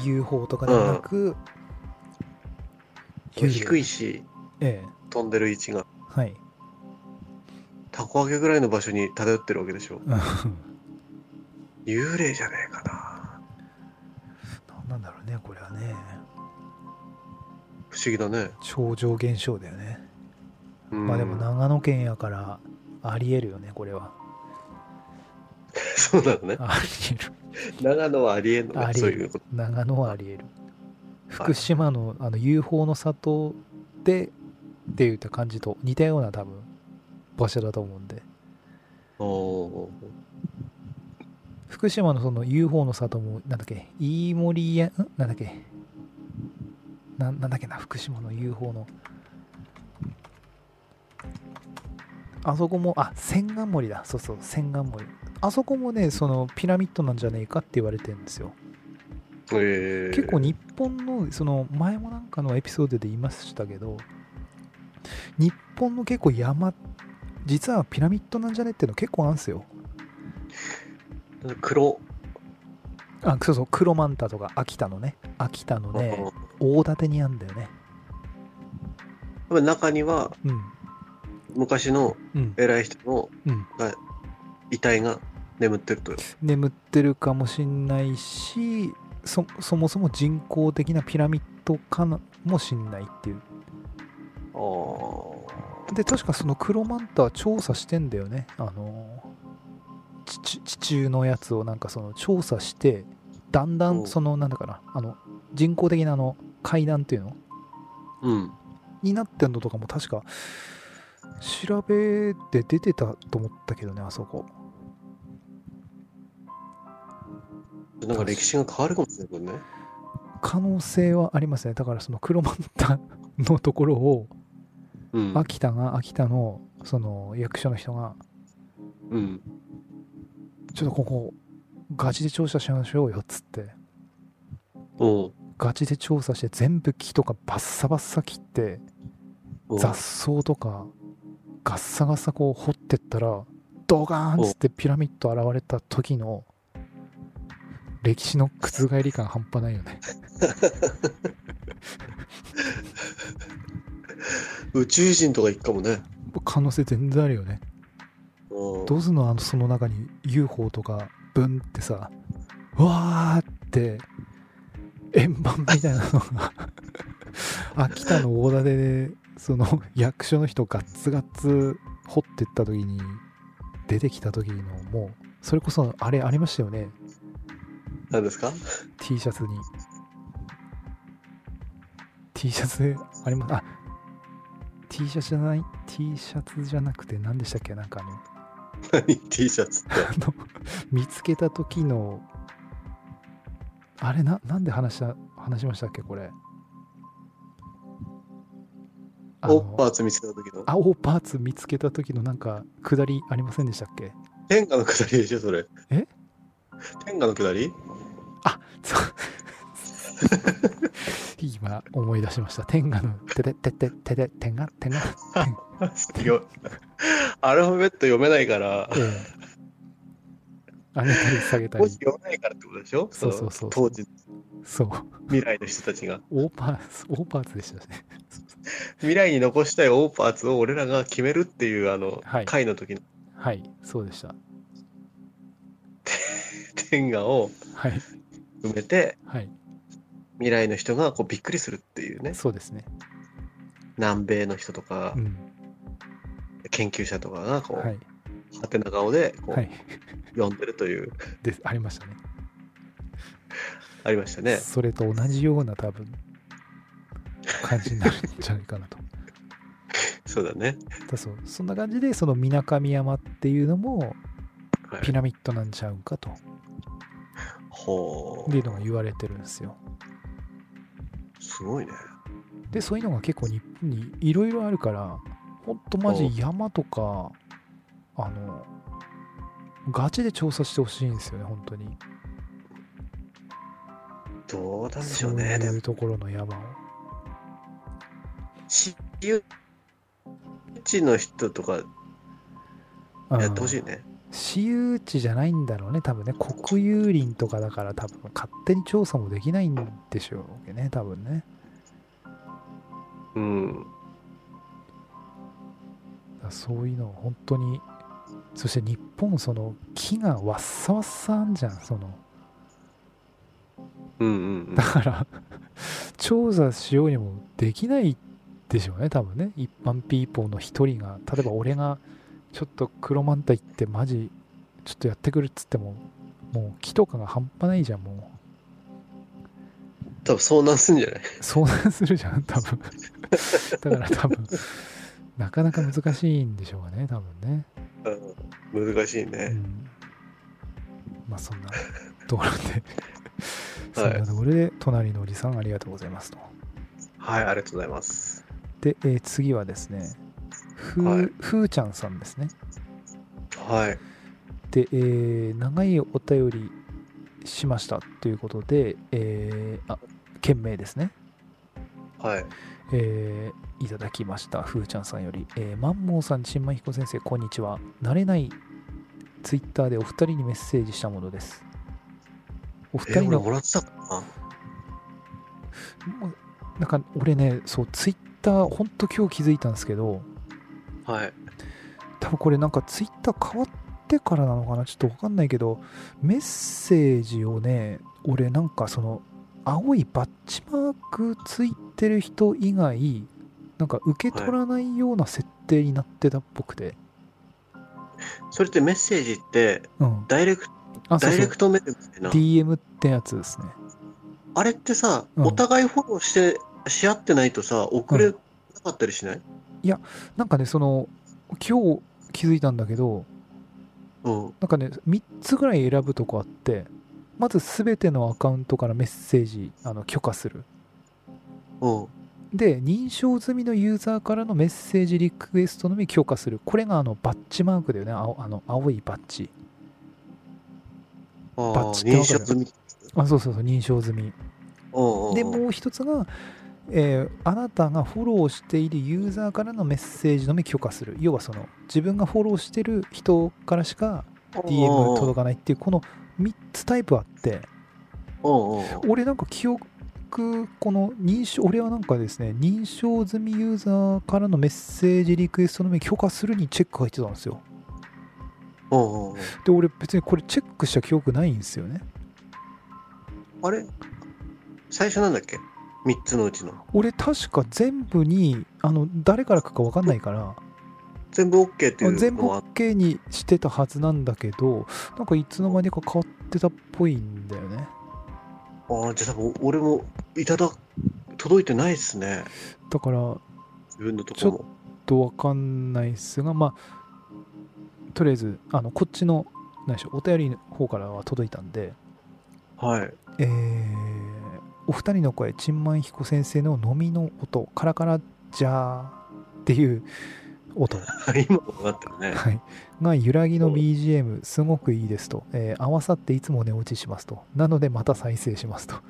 Speaker 1: UFO とかではなく、幽霊
Speaker 2: 低いし、
Speaker 1: ええ。
Speaker 2: 飛んでる位置が。
Speaker 1: はい。
Speaker 2: たこ揚げぐらいの場所に漂ってるわけでしょ。
Speaker 1: 何
Speaker 2: 幽霊じゃねえかな。
Speaker 1: なんだろうね、これはね。
Speaker 2: 不思議だね。
Speaker 1: 超常現象だよね。
Speaker 2: うん
Speaker 1: まあでも、。長野県やから、ありえるよね、これは。
Speaker 2: そうなのね。
Speaker 1: ありえる。
Speaker 2: 長野はありえんの
Speaker 1: あ
Speaker 2: ね。
Speaker 1: りえる
Speaker 2: そういうこと。
Speaker 1: 長野はありえる福島のあの UFO の里でって言った感じと似たような多分場所だと思うんで
Speaker 2: おー
Speaker 1: 福島のその UFO の里もなんだっけ飯森やんなんだっけななんだっけな福島の UFO のあそこもあ千貫森だそうそう千貫森あそこもねそのピラミッドなんじゃねえかって言われてるんですよ
Speaker 2: えー
Speaker 1: 結構日本のその前もなんかのエピソードで言いましたけど日本の結構山実はピラミッドなんじゃねっていうの結構あるんですよ
Speaker 2: 黒。
Speaker 1: あそうそう黒マンタとか秋田のね秋田のね
Speaker 2: うん
Speaker 1: 大館にあんだよね
Speaker 2: 多分中には
Speaker 1: うん
Speaker 2: 昔の
Speaker 1: うん
Speaker 2: 偉い人の
Speaker 1: うん
Speaker 2: が遺体が眠ってると。
Speaker 1: 眠ってるかもしんないしそそもそも人工的なピラミッドかなもしんないっていう
Speaker 2: ああ。
Speaker 1: で確かそのクロマンタは調査してんだよねあの地中地中のやつをなんかその調査してだんだ
Speaker 2: うん
Speaker 1: んそのなんだかなあの人工的なあの階段っていうの
Speaker 2: うん。
Speaker 1: になってんのとかも確か調べて出てたと思ったけどねあそこ
Speaker 2: なんか歴史が変わるかもしれないもんね。
Speaker 1: 可能性はありますねだからそのクロマンタのところを
Speaker 2: うん。
Speaker 1: 秋田が秋田のその役所の人が
Speaker 2: うん。
Speaker 1: ちょっとここガチで調査しましょうよっつって
Speaker 2: うん。
Speaker 1: ガチで調査して全部木とかバッサバッサ切って
Speaker 2: うん
Speaker 1: 雑草とかガッサガサこう掘ってったらドガーンっつってピラミッド現れた時の歴史の覆り感半端ないよね
Speaker 2: 宇宙人とか行くかもね。
Speaker 1: 可能性全然あるよね
Speaker 2: うん。
Speaker 1: どうすんのあのその中に UFO とかブンってさわーって円盤みたいなのが秋田の大館でその役所の人ガッツガッツ掘ってった時に出てきた時のもうそれこそあれありましたよね
Speaker 2: 何ですか *laughs*
Speaker 1: T シャツに T シャツありますあ T シャツじゃない T シャツじゃなくて何でしたっけなんかあの
Speaker 2: 何 ?T シャツって。
Speaker 1: あの見つけた時のあれななんで話した話しましたっけこれあの
Speaker 2: オッパーツ見つけた時の。
Speaker 1: 青パーツ見つけた時のなんか下りありませんでしたっけ *laughs*
Speaker 2: 天下の下りでしょ、それ。
Speaker 1: え
Speaker 2: 天下の下り *laughs*
Speaker 1: そう今思い出しました天下のてててててて天下天下天下
Speaker 2: 違う。アルファベット読めないから、
Speaker 1: ええ上げたり下げた
Speaker 2: 文
Speaker 1: り
Speaker 2: 字読めないからってことでしょ
Speaker 1: そうそうそう
Speaker 2: 当時、
Speaker 1: そう
Speaker 2: 未来の人たちが。
Speaker 1: オーパーツオーパーツでしたね
Speaker 2: 未来に残したいオーパーツを俺らが決めるっていう、あの、
Speaker 1: はい
Speaker 2: 会の時の
Speaker 1: はいそうでした
Speaker 2: 天下を
Speaker 1: はい
Speaker 2: 埋めて、
Speaker 1: はい
Speaker 2: 未来の人がこうびっくりするっていうね。
Speaker 1: そうですね
Speaker 2: 南米の人とか
Speaker 1: う、ん
Speaker 2: 研究者とかが、こう、
Speaker 1: はい
Speaker 2: はてな顔で、こう、
Speaker 1: はい
Speaker 2: 読んでるという、
Speaker 1: でありましたね
Speaker 2: ありましたね。
Speaker 1: それと同じような多分感じになるんじゃないかなと *laughs*
Speaker 2: そうだね。
Speaker 1: だそうそんな感じでその水上山っていうのも
Speaker 2: はい
Speaker 1: ピラミッドなんちゃうかと
Speaker 2: ほ
Speaker 1: っていうの
Speaker 2: う。
Speaker 1: が言われてるんですよ
Speaker 2: すごいね。
Speaker 1: でそういうのが結構日本にいろいろあるからほんとマジ山とかあのガチで調査してほしいんですよね本当に
Speaker 2: どうなんでし
Speaker 1: そ
Speaker 2: ょう
Speaker 1: う
Speaker 2: ね。で
Speaker 1: い
Speaker 2: も
Speaker 1: うところの山を
Speaker 2: 私有地の人とか
Speaker 1: うん
Speaker 2: やってほしいね。
Speaker 1: 私有地じゃないんだろうね多分ね国有林とかだから多分勝手に調査もできないんでしょうね多分ね
Speaker 2: うん。
Speaker 1: だからそういうのを本当にそして日本その木がわっさわっさあんじゃんその
Speaker 2: うんうん
Speaker 1: だから調査しようにもできないでしょうね多分ね一般ピーポーの一人が例えば俺がちょっと黒マンタ行ってマジちょっとやってくるっつってももう木とかが半端ないじゃんもう
Speaker 2: うん。多分遭難すんじゃない
Speaker 1: 相談するじゃん多分だから多分なかなか難しいんでしょうかね多分ね、
Speaker 2: うん難しいうね。
Speaker 1: ん、まあそんなところでそ
Speaker 2: は
Speaker 1: ん
Speaker 2: い
Speaker 1: なところで隣のおじさんありがとうございますと
Speaker 2: はい、ありがとうございます。
Speaker 1: で、えー次はですねふー,、
Speaker 2: はい
Speaker 1: ふーちゃんさんですね
Speaker 2: はい。
Speaker 1: で、えー長いお便りしましたということで、えーあ件名ですね
Speaker 2: はい。
Speaker 1: えーいただきました、ふーちゃんさんより。えーマンモーさん、新米彦先生、こんにちは。慣れないツイッターでお二人にメッセージしたものです。お二
Speaker 2: え
Speaker 1: 人
Speaker 2: 俺
Speaker 1: の、
Speaker 2: もらってたかな
Speaker 1: もうなんか俺ね、そう、ツイッター、ほんと今日気づいたんですけど、
Speaker 2: はい。
Speaker 1: 多分これなんかツイッター変わってからなのかな、ちょっとわかんないけど、メッセージをね、俺なんかその青いバッチマークついてる人以外なんか受け取らないような設定になってたっぽくて、
Speaker 2: それってメッセージって、
Speaker 1: うん
Speaker 2: ダイレクト、
Speaker 1: あそう
Speaker 2: ダイ
Speaker 1: そ
Speaker 2: レ
Speaker 1: う
Speaker 2: クトメールみたいな。
Speaker 1: DM ってやつですね
Speaker 2: あれってさ、
Speaker 1: うん
Speaker 2: お互いフォローして、し合ってないとさ、遅れなかったりしない
Speaker 1: なんかねその今日気づいたんだけど
Speaker 2: うん。
Speaker 1: なんかね3つぐらい選ぶとこあってまず全てのアカウントからメッセージあの許可する
Speaker 2: うん。
Speaker 1: で認証済みのユーザーからのメッセージリクエストのみ許可するこれがあのバッチマークだよね青あの青いバッチ
Speaker 2: ああ
Speaker 1: バッチって
Speaker 2: 認
Speaker 1: わかる
Speaker 2: 証済み。
Speaker 1: あそうそうそう認証済み
Speaker 2: うんうん。
Speaker 1: でもう一つが、えーあなたがフォローしているユーザーからのメッセージのみ許可する要はその自分がフォローしてる人からしか DM 届
Speaker 2: か
Speaker 1: かないっていうこの3つタイプあって
Speaker 2: うんうんうん。
Speaker 1: 俺なんか記憶この認証俺はなんかですね認証済みユーザーからのメッセージリクエストのみ許可するにチェックが入ってたんですよ
Speaker 2: うんうんうん。
Speaker 1: で俺別にこれチェックした記憶ないんですよね
Speaker 2: あれ最初なんだっけ ?3 つのうちの。
Speaker 1: 俺確か全部にあの誰からかか分かんないから
Speaker 2: 全部 OK っていう
Speaker 1: 全部
Speaker 2: のは
Speaker 1: OK にしてたはずなんだけどなんかいつの間にか変わってたっぽいんだよね
Speaker 2: ああ、じゃあ多分俺もいただ、届いてないっすね。
Speaker 1: だから
Speaker 2: 自分のとこも。
Speaker 1: とわかんないっすがまあとりあえずあのこっちの何でしょうお便りの方からは届いたんで
Speaker 2: はい。 *laughs*
Speaker 1: えーお二人の声ちんまんひこ先生の飲みの音カラカラじゃーっていう音
Speaker 2: 今も分かったよね。
Speaker 1: はい、が揺らぎの BGM すごくいいですと、えー合わさっていつも寝落ちしますとなのでまた再生しますと
Speaker 2: あ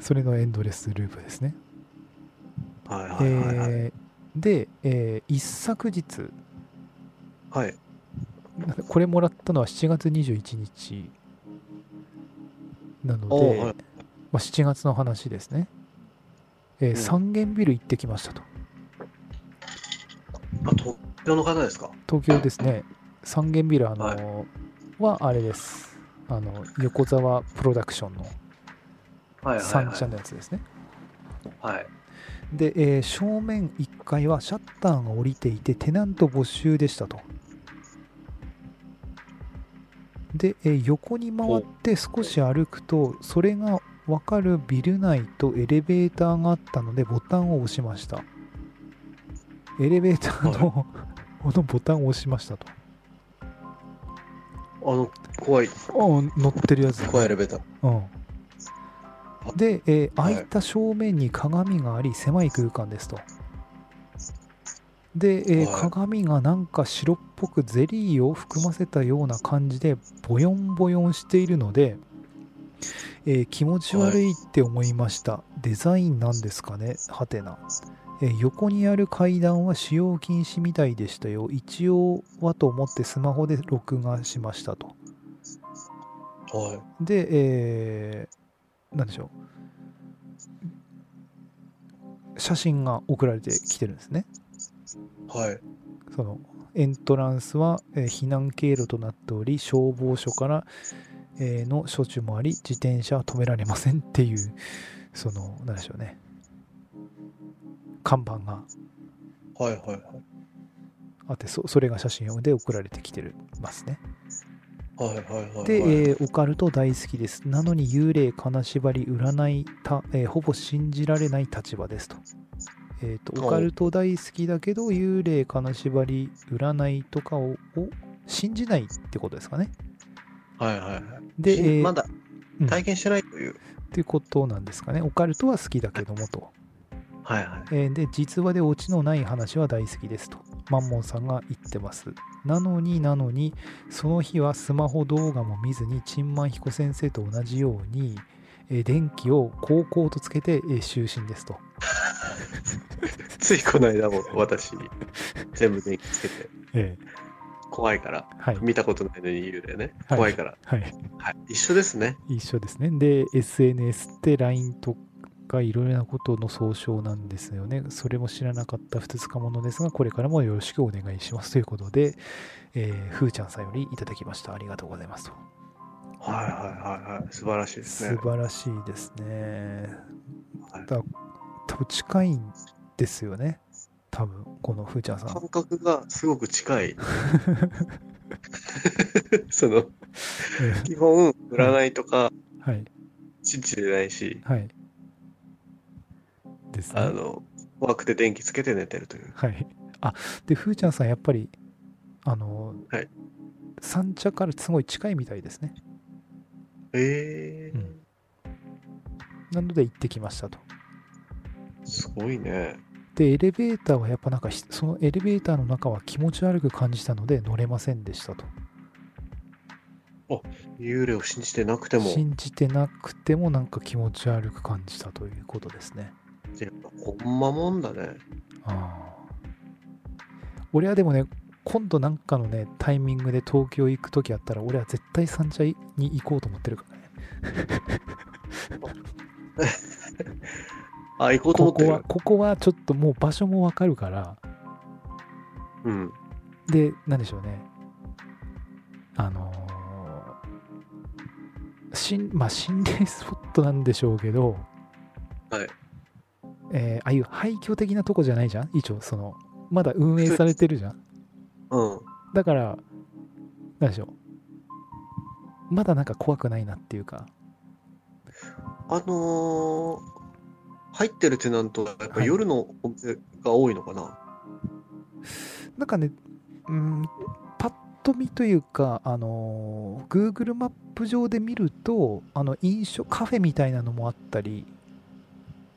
Speaker 1: それのエンドレスループですね。
Speaker 2: あ。はいはいはいはい。
Speaker 1: えーで、えー一昨日、
Speaker 2: はい。
Speaker 1: これもらったのは7月21日なの
Speaker 2: お
Speaker 1: で、
Speaker 2: うは
Speaker 1: ま
Speaker 2: い
Speaker 1: あ、7月の話ですね。えー
Speaker 2: うん
Speaker 1: 三軒ビル行ってきましたと。
Speaker 2: あ、東京の方ですか
Speaker 1: 東京ですね。三軒ビル、あの
Speaker 2: は
Speaker 1: はあれです。あの横澤プロダクションの
Speaker 2: はいはい
Speaker 1: 三
Speaker 2: は
Speaker 1: 茶
Speaker 2: い。
Speaker 1: のやつですね。
Speaker 2: はい。
Speaker 1: で、えー正面1階はシャッターが降りていてテナント募集でしたと。で、えー横に回って少し歩くとそれが分かるビル内とエレベーターがあったのでボタンを押しました。エレベーターの *laughs* このボタンを押しましたと。
Speaker 2: あの、怖い。
Speaker 1: あ乗ってるやつだ、
Speaker 2: 怖いエレベーター。
Speaker 1: うん、で、えー
Speaker 2: はい
Speaker 1: 空いた正面に鏡があり狭い空間ですとで、えー
Speaker 2: はい
Speaker 1: 鏡がなんか白っぽくゼリーを含ませたような感じでボヨンボヨンしているので、えー気持ち悪いって思いました、デザインなんですかねはてな、えー横にある階段は使用禁止みたいでしたよ一応はと思ってスマホで録画しましたと
Speaker 2: はい。
Speaker 1: で、えー、なんでしょう。写真が送られてきてるんですね。
Speaker 2: はい。
Speaker 1: そのエントランスは、えー避難経路となっており、消防署から、えーの処置もあり、自転車は止められませんっていう、その、なんでしょうね。看板が
Speaker 2: はいはいはい。
Speaker 1: あって、そそれが写真で送られてきてるますね。
Speaker 2: はいはいはい。
Speaker 1: で、えーオカルト大好きです。なのに幽霊、金縛り、占いた、えーほぼ信じられない立場ですと。えーと
Speaker 2: お
Speaker 1: オカルト大好きだけど、幽霊、金縛り、占いとかをを信じないってことですかね。
Speaker 2: はいはいはい。
Speaker 1: で、え
Speaker 2: し
Speaker 1: ー
Speaker 2: まだ
Speaker 1: うん
Speaker 2: 体験してないという。
Speaker 1: っていうことなんですかね。オカルトは好きだけどもと。
Speaker 2: はいはい。
Speaker 1: えーで、実話でオチのない話は大好きですと、マンモンさんが言ってます。なのになのに、その日はスマホ動画も見ずに、チンマン彦先生と同じように、えー電気をこうこうとつけて、えー就寝ですと。
Speaker 2: ついこの間も私、全部電気つけて、
Speaker 1: え
Speaker 2: 怖いから、
Speaker 1: はい、
Speaker 2: 見たことないのに幽霊ね。
Speaker 1: はい
Speaker 2: 怖いから。
Speaker 1: はい、
Speaker 2: はい。一緒ですね。
Speaker 1: 一緒ですね。で、SNS って LINE とかいろいろなことの総称なんですよね。それも知らなかったふつつかものですが、これからもよろしくお願いしますということで、えーふーちゃんさんよりいただきました。ありがとうございますと。
Speaker 2: はいはいはいはい。素晴らしいです
Speaker 1: 素
Speaker 2: ね。
Speaker 1: 晴らしいですね。
Speaker 2: はい
Speaker 1: だ多分近いんですよね。多分このふーちゃんさん。
Speaker 2: 感覚がすごく近 *laughs* い。その、基本、占いとか、
Speaker 1: *laughs* はい
Speaker 2: 信じてないし、
Speaker 1: はい。ですね。
Speaker 2: あの、怖くて電気つけて寝てるという。
Speaker 1: はい。あでふーちゃんさんやっぱりあの、
Speaker 2: はい
Speaker 1: 三茶からすごい近いみたいですね。
Speaker 2: え
Speaker 1: う
Speaker 2: え
Speaker 1: んなので行ってきましたと。
Speaker 2: すごいね。
Speaker 1: でエレベーターはやっぱなんかひそのエレベーターの中は気持ち悪く感じたので乗れませんでしたと。
Speaker 2: 幽霊を信じてなくても、
Speaker 1: 信じてなくてもなんか気持ち悪く感じたということですね。
Speaker 2: やっぱほんまもんだね。
Speaker 1: あー俺はでもね今度なんかのねタイミングで東京行く時あったら俺は絶対三茶に行こうと思ってるからね
Speaker 2: あ、行こうと思
Speaker 1: こ
Speaker 2: って
Speaker 1: こ
Speaker 2: る。
Speaker 1: はここはちょっともう場所もわかるから
Speaker 2: うん。
Speaker 1: で何でしょうねあのーしんまあ心霊スポットなんでしょうけど
Speaker 2: はい
Speaker 1: えーああいう廃墟的なとこじゃないじゃん一応そのまだ運営されてるじゃん
Speaker 2: うん。
Speaker 1: だから、なんでしょう。まだなんか怖くないなっていうか、
Speaker 2: あのー、入ってるテナントはやっぱ夜のお店が多いのかな、
Speaker 1: なんかね、うん、パッと見というか、あのー、Google マップ上で見ると、あの、飲食、カフェみたいなのもあったり、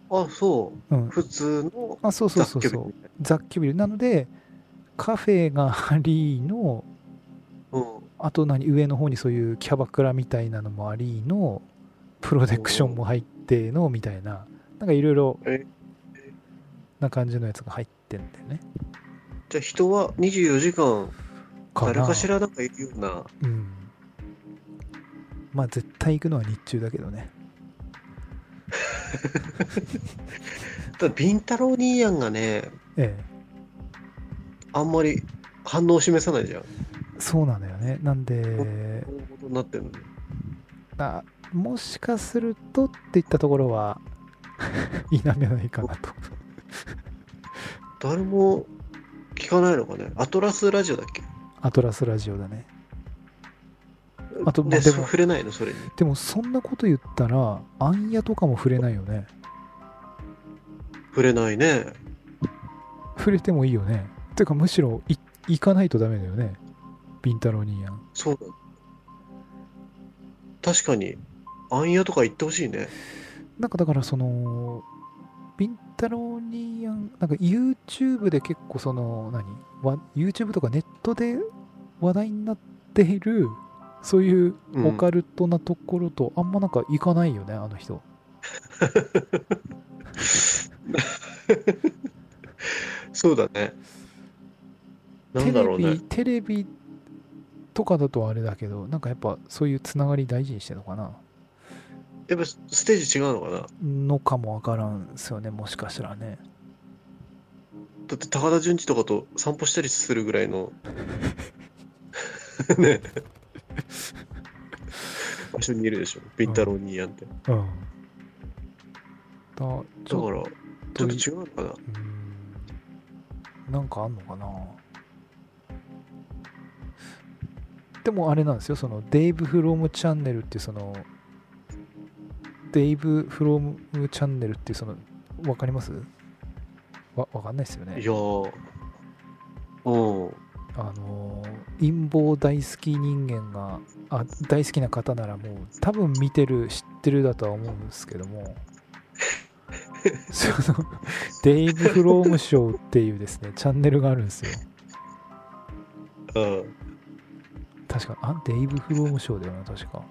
Speaker 2: あ、そう。
Speaker 1: うん。
Speaker 2: 普通の
Speaker 1: あ、そうそう
Speaker 2: 雑
Speaker 1: そう
Speaker 2: 居ビ
Speaker 1: そ
Speaker 2: ルみ
Speaker 1: う。
Speaker 2: たい
Speaker 1: 雑居ビル。なので、カフェがありの、
Speaker 2: な。うん。
Speaker 1: あと何、上の方にそういうキャバクラみたいなのもありの、プロテクションも入っての、みたいな、なんかいろいろ
Speaker 2: え、
Speaker 1: な感じのやつが入ってんだよね。
Speaker 2: じゃあ人は24時間
Speaker 1: な
Speaker 2: 誰かしらなんかいるような。
Speaker 1: うんまあ絶対行くのは日中だけどね
Speaker 2: ただ、ビンタロウ兄やんがね、
Speaker 1: え
Speaker 2: あんまり反応を示さないじゃん。
Speaker 1: えそうなんだよねなんで
Speaker 2: こういうことになってるのに。
Speaker 1: あもしかするとっていったところは *laughs* 否めないかなと
Speaker 2: 誰も聞かないのかね。アトラスラジオだっけ
Speaker 1: アトラスラジオだねあとまあ
Speaker 2: で、
Speaker 1: で
Speaker 2: そ
Speaker 1: も
Speaker 2: 触れないの、それに。
Speaker 1: でもそんなこと言ったらあんやとかも触れないよね
Speaker 2: 触れないね。
Speaker 1: 触れてもいいよねてかむしろい行かないとダメだよねビンタロウ兄やん
Speaker 2: そうだ。確かに、あんやとか行ってほしいね。
Speaker 1: なんかだからそのビンタロウにやんなんか YouTube で結構その何わ YouTube とかネットで話題になっているそういう
Speaker 2: うん
Speaker 1: オカルトなところとあんまなんか行かないよね、あの人
Speaker 2: そうだね。なんだろう
Speaker 1: テレ
Speaker 2: ね
Speaker 1: ビ。テレビとかだとあれだけどなんかやっぱそういうつながり大事にしてるのかな
Speaker 2: やっぱステージ違うのかなだ
Speaker 1: のかもわからんですよねもしかしたらね
Speaker 2: って高田純次とかと散歩したりするぐらいの *laughs* ね場所にいるでしょビンタロウ兄やんってだか
Speaker 1: うんだちょっ
Speaker 2: らちょ
Speaker 1: と
Speaker 2: っと違うのかな
Speaker 1: うーんなんかあんのかなでもあれなんですよ、そのデイブ・フロム・チャンネルっていうそのデイブ・フロム・チャンネルっていうそのわかりますわわかんないですよね
Speaker 2: い。やーうん
Speaker 1: あのー陰謀大好き人間があ大好きな方ならもう多分見てる知ってるだとは思うんですけども *laughs* そのデイブ・フロームショーっていうですねチャンネルがあるんですよ
Speaker 2: うん
Speaker 1: 確かあデイブ・フロームショーだよな確か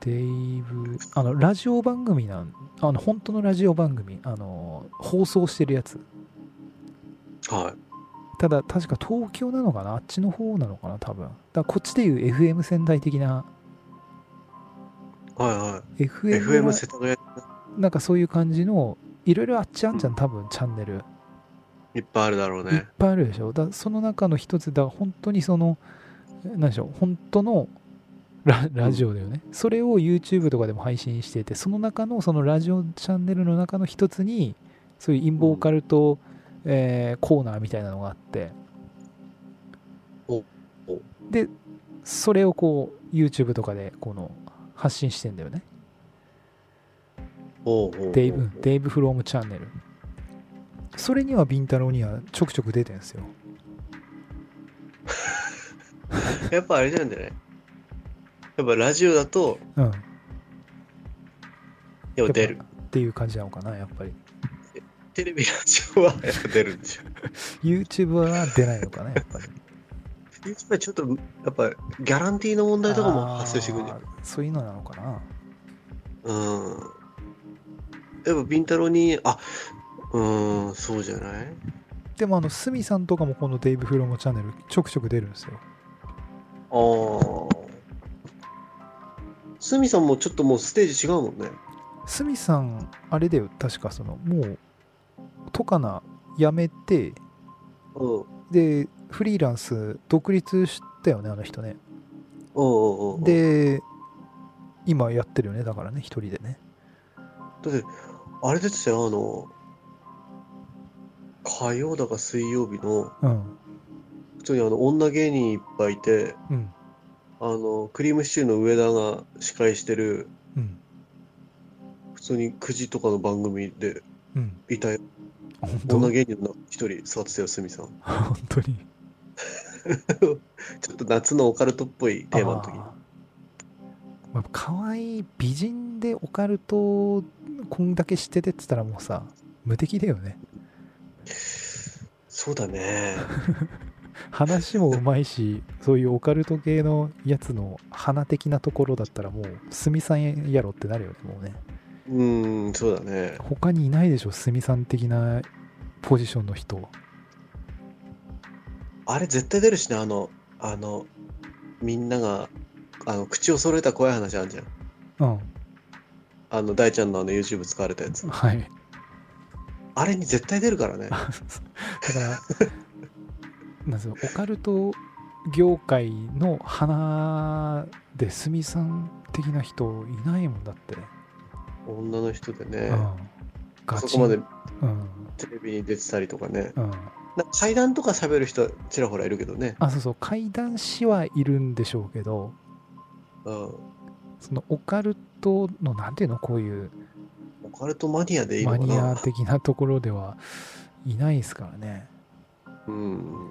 Speaker 1: デイブあのラジオ番組なんあの本当のラジオ番組あの放送してるやつ
Speaker 2: は
Speaker 1: ただ確か東京なのかなあっちの方なのかな多分だからこっちでいう FM 仙台的ない
Speaker 2: はいはい
Speaker 1: FM,
Speaker 2: FM 世田谷
Speaker 1: なんかそういう感じのいろいろあっちあんじゃん多分チャンネル
Speaker 2: いっぱいあるだろう
Speaker 1: いっ
Speaker 2: ね
Speaker 1: ぱいあるでしょだその中の一つだから本当にその何でしょう本当のララジオだよね、それを YouTube とかでも配信しててその中のそのラジオチャンネルの中の一つにそういう陰謀オカルト、えーコーナーみたいなのがあって
Speaker 2: おお
Speaker 1: でそれをこう YouTube とかでこの発信してんだよね
Speaker 2: おうおうおう
Speaker 1: デイブうんデイブフロームチャンネルそれにはビンタロウにはちょくちょく出てんですよ
Speaker 2: やっぱあれなんじゃないやっぱラジオだと、
Speaker 1: うんっ
Speaker 2: やっぱ出る。
Speaker 1: ていう感じなのかなやっぱり
Speaker 2: テレビ、ラジオはやっぱ出るんでしょ。
Speaker 1: YouTube は出ないのかなやっぱり
Speaker 2: YouTube はちょっと、やっぱギャランティーの問題とかも発生してくるんじゃない
Speaker 1: あーそういうのなのかな
Speaker 2: うん。やっぱビンタロウに、あ、うーん、そうじゃない
Speaker 1: でもあのスミさんとかもこのデイブ・フロムチャンネルちょくちょく出るんですよ
Speaker 2: ああ。スミさんもちょっともうステージ違うもんね。
Speaker 1: スミさんあれだよ確かそのもうトカナ辞めて
Speaker 2: うん。うん
Speaker 1: でフリーランス独立したよねあの人ね
Speaker 2: うんうん。、
Speaker 1: で今やってるよねだからね一人でね
Speaker 2: だって、あれ出てたよ、あの、火曜だか水曜日の、
Speaker 1: うん
Speaker 2: 普通にあの、女芸人いっぱいいて、
Speaker 1: うん
Speaker 2: あの、クリームシチューの上田が司会してる、
Speaker 1: うん
Speaker 2: 普通に9時とかの番組で
Speaker 1: うん
Speaker 2: いたよ
Speaker 1: 本当
Speaker 2: 女芸人の一人座ってたよ、ス
Speaker 1: *laughs*
Speaker 2: ミさん。
Speaker 1: 本当に
Speaker 2: ちょっと夏のオカルトっぽいテーマの時に。
Speaker 1: あーまあ、可愛い美人でオカルトをこんだけしててっつったらもうさ無敵だよね
Speaker 2: そうだね。
Speaker 1: 話もうまいしそういうオカルト系のやつの花的なところだったらもうすみさんやろってなるよねもうね
Speaker 2: うーん、そうだね。
Speaker 1: 他にいないでしょすみさん的なポジションの人
Speaker 2: あれ絶対出るしね、あの、あの、みんなが、あの、口を揃えた怖い話あるじゃん。
Speaker 1: うん
Speaker 2: あの、大ちゃんのあの YouTube 使われたやつ。
Speaker 1: はい
Speaker 2: あれに絶対出るからね。
Speaker 1: だからなんすよオカルト業界の花ですみさん的な人いないもんだって、
Speaker 2: 女の人で
Speaker 1: う
Speaker 2: ね
Speaker 1: ん、、ガ
Speaker 2: そ
Speaker 1: チ
Speaker 2: こまで
Speaker 1: うん
Speaker 2: テレビに出てたりとかね。
Speaker 1: うん
Speaker 2: なんか階段とか喋る人はちらほらいるけどね。
Speaker 1: あそうそう怪談師はいるんでしょうけど
Speaker 2: うん。
Speaker 1: そのオカルトのなんていうのこういう
Speaker 2: オカルトマニアでいいの
Speaker 1: マ
Speaker 2: かな。
Speaker 1: ニア的なところではいないですからね。
Speaker 2: うん。
Speaker 1: うん、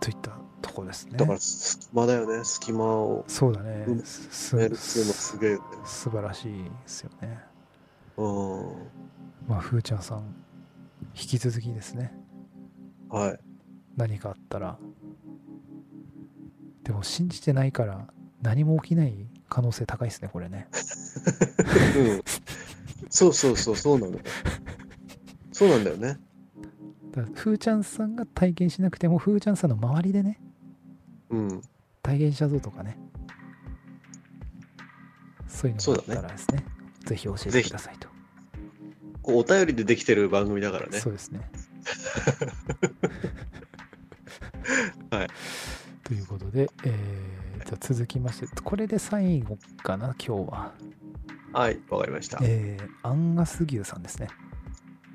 Speaker 1: といったとこですね。
Speaker 2: だから、隙間だよね。隙間を
Speaker 1: そうだね
Speaker 2: う。ん
Speaker 1: す
Speaker 2: 埋める
Speaker 1: す
Speaker 2: っていうのはす
Speaker 1: す
Speaker 2: げえよね。
Speaker 1: 素晴らしいですよね。
Speaker 2: う
Speaker 1: まあ、ふーちゃんさん、引き続きですね。
Speaker 2: ん。はい。
Speaker 1: 何かあったら。でも、信じてないから、何も起きない可能性高いですね、これね。
Speaker 2: うん、そうそうそうそうなのよそうなんだよね
Speaker 1: だからふーちゃんさんが体験しなくても、ふーちゃんさんの周りでね、
Speaker 2: うん
Speaker 1: 体験したぞとかねそういうのがあったらですねぜひ教えてくださいと
Speaker 2: こうお便りでできてる番組だからね
Speaker 1: そうですね
Speaker 2: *laughs* はい
Speaker 1: ということで、えーじゃあ続きましてこれで最後かな今日は、
Speaker 2: はいわかりました
Speaker 1: えーアンガス牛さんですね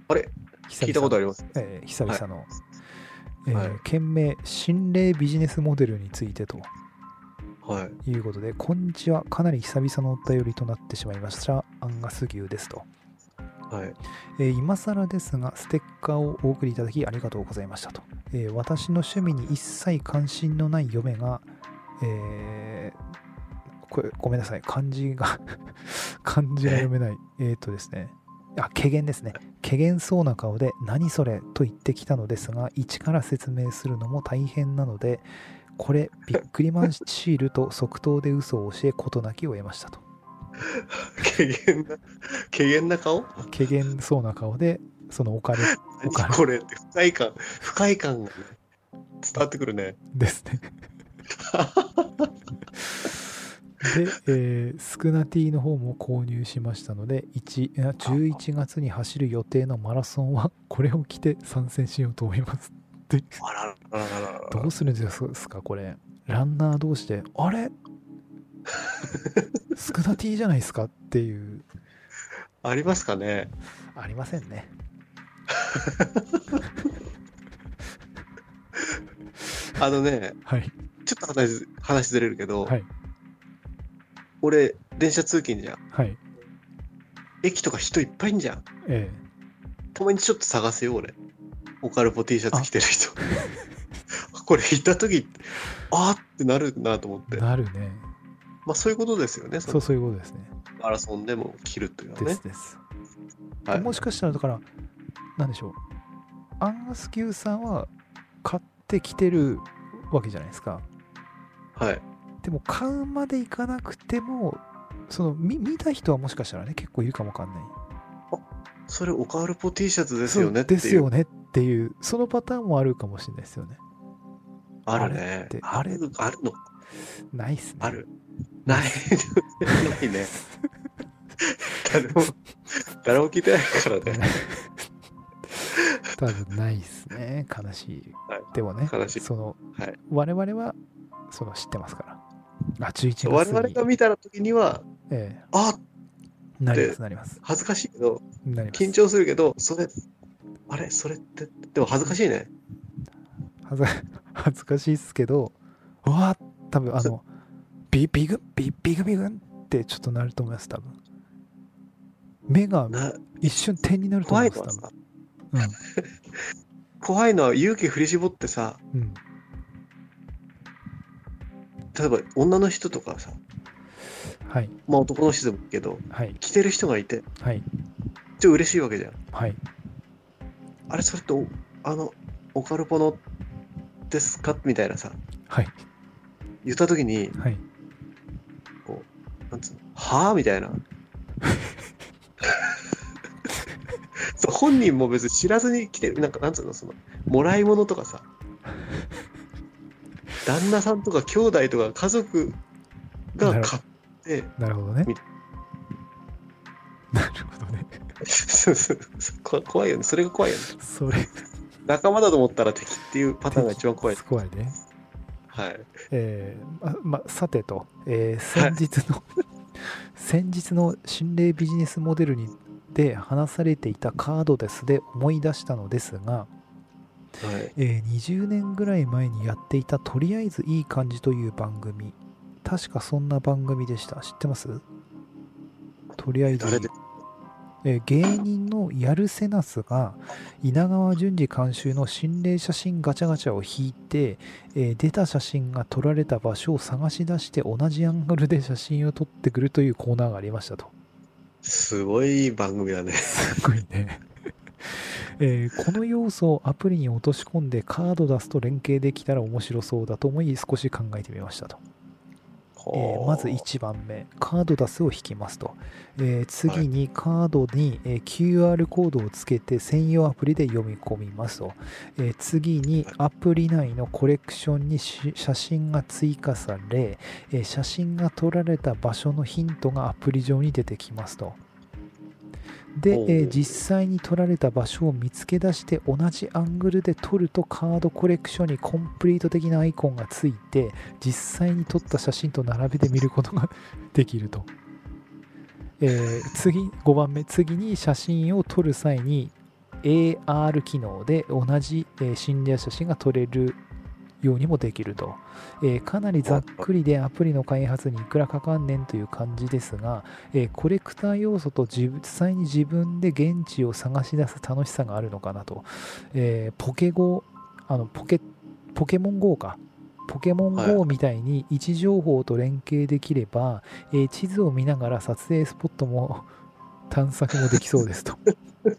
Speaker 2: あれ
Speaker 1: 久々の
Speaker 2: 聞いたことあります
Speaker 1: えー久々の、えー
Speaker 2: はい
Speaker 1: 件名心霊ビジネスモデルについてと
Speaker 2: はい
Speaker 1: ということで、こんにちは。かなり久々のお便りとなってしまいました。アンガス牛ですと。
Speaker 2: はい *laughs*
Speaker 1: えー今更ですが、ステッカーをお送りいただきありがとうございましたと。えー私の趣味に一切関心のない嫁が、えーこれごめんなさい、漢字が、 *laughs* 漢字が読めない。えーっとですね、あ、けげですね。けげそうな顔で、何それと言ってきたのですが、一から説明するのも大変なので、これ、びっくりマンシールと即答で嘘を教え、事なきを得ましたと。
Speaker 2: 軽減な軽減な顔
Speaker 1: けげそうな顔で、そのお金お金
Speaker 2: これって不快感不快感がね伝わってくるね
Speaker 1: ですね。で、えースクナティの方も購入しましたので1あ11月に走る予定のマラソンはこれを着て参戦しようと思います。
Speaker 2: あらららららら
Speaker 1: どうするんですかこれ。ランナー同士で、あ *laughs* れスクダティじゃないですかっていう、
Speaker 2: ありますかね
Speaker 1: ありませんね。
Speaker 2: あのね、
Speaker 1: はい。
Speaker 2: ちょっと話ず、話ずれるけど、
Speaker 1: はい。
Speaker 2: 俺、電車通勤じゃん。
Speaker 1: はい。
Speaker 2: 駅とか人いっぱいいんじゃん。
Speaker 1: え
Speaker 2: たまにちょっと探せよ、俺。オカルポ T シャツ着てる人。 *laughs* これ行った時、あーってなるなと思っ
Speaker 1: え
Speaker 2: て。ま
Speaker 1: なるね。
Speaker 2: あそういうことですよね。そ
Speaker 1: そう、
Speaker 2: の
Speaker 1: そういうことですね。
Speaker 2: マラソンでも着るというのは
Speaker 1: で
Speaker 2: ね
Speaker 1: す。です。
Speaker 2: はい
Speaker 1: もしかしたら、だから、なんでしょう。アンスキューさんは買ってきてるわけじゃないですか。
Speaker 2: はい。
Speaker 1: でも買うまでいかなくてもその見見た人はもしかしたらね結構いるかもわかんない
Speaker 2: それオカルポ T シャツですよね
Speaker 1: そう
Speaker 2: って
Speaker 1: です
Speaker 2: いう。
Speaker 1: よねっていうそのパターンもあるかもしれないですよね
Speaker 2: あるね
Speaker 1: って。あ
Speaker 2: あ
Speaker 1: れ
Speaker 2: れあるの
Speaker 1: ないっすね
Speaker 2: あるない。 *laughs* ないね。誰も、誰も聞いてないからね。
Speaker 1: *laughs* 多分ないっすね悲しい、
Speaker 2: はい
Speaker 1: でもね
Speaker 2: 悲しい
Speaker 1: その、
Speaker 2: はい
Speaker 1: 我々はその知ってますからあ11月に
Speaker 2: 我々が見た時には、
Speaker 1: ええ
Speaker 2: あ
Speaker 1: なりますなります
Speaker 2: 恥ずかしいけど、
Speaker 1: なります
Speaker 2: 緊張するけど、それ、あれそれって、でも恥ずかしいね。
Speaker 1: 恥ず *laughs* 恥ずかしいっすけどうわ多分あのビビグビビグビグンってちょっとなると思います多分目が
Speaker 2: な
Speaker 1: 一瞬点になると思
Speaker 2: 怖
Speaker 1: い
Speaker 2: い
Speaker 1: ます
Speaker 2: の
Speaker 1: 多
Speaker 2: は
Speaker 1: 分
Speaker 2: さ、怖いのは勇気振り絞ってさ、
Speaker 1: うん、うん、
Speaker 2: 例えば女の人とかさ、
Speaker 1: はい
Speaker 2: まあ男の人でもいいけど、
Speaker 1: はい
Speaker 2: 着てる人がいて、
Speaker 1: はい
Speaker 2: ちょっと嬉しいわけじゃん。
Speaker 1: はい
Speaker 2: あれそれってお、あの、オカルポのですかみたいなさ、
Speaker 1: はい
Speaker 2: 言った時に、
Speaker 1: はい
Speaker 2: なんつうの、はぁ
Speaker 1: *laughs*
Speaker 2: みたいな。そう本人も別に知らずに来てる、なんかなんつうの、その、もらい物とかさ、旦那さんとか兄弟とか家族が買って、
Speaker 1: なるほどね
Speaker 2: み
Speaker 1: *laughs* なるほどね
Speaker 2: そうそうそうこ怖いよね、それが怖いよね。
Speaker 1: それ
Speaker 2: 仲間だと思ったら敵っていうパターンが一番怖い。
Speaker 1: 怖いね
Speaker 2: はい。
Speaker 1: えーままさてと、えー先日の、 *laughs* 先日の心霊ビジネスモデルにで話されていたカードですで思い出したのですが、
Speaker 2: はい。
Speaker 1: えー20年ぐらい前にやっていたとりあえずいい感じという番組確かそんな番組でした知ってますとりあえずいい
Speaker 2: 誰で
Speaker 1: えー芸人のヤルセナスが稲川淳二監修の心霊写真ガチャガチャを引いて、えー出た写真が撮られた場所を探し出して同じアングルで写真を撮ってくるというコーナーがありましたと。 *laughs*
Speaker 2: すごい番組だね。
Speaker 1: すごいね。 *laughs* えーこの要素をアプリに落とし込んでカード出すと連携できたら面白そうだと思い少し考えてみましたと、えーまず1番目カード出すを引きますと、えー次にカードに、えー QR コードをつけて専用アプリで読み込みますと、えー次にアプリ内のコレクションにし写真が追加され、えー写真が撮られた場所のヒントがアプリ上に出てきますとで、え
Speaker 2: おう
Speaker 1: ー実際に撮られた場所を見つけ出して同じアングルで撮るとカードコレクションにコンプリート的なアイコンがついて実際に撮った写真と並べて見ることができると、えー次5番目次に写真を撮る際に AR 機能で同じ、えー心霊写真が撮れるようにもできると、えーかなりざっくりでアプリの開発にいくらかかんねんという感じですが、えーコレクター要素と自実際に自分で現地を探し出す楽しさがあるのかなと、えーポケゴあのポケポケモン GO かポケモン
Speaker 2: はい
Speaker 1: GO みたいに位置情報と連携できれば、えー地図を見ながら撮影スポットも探索もできそうですと、えー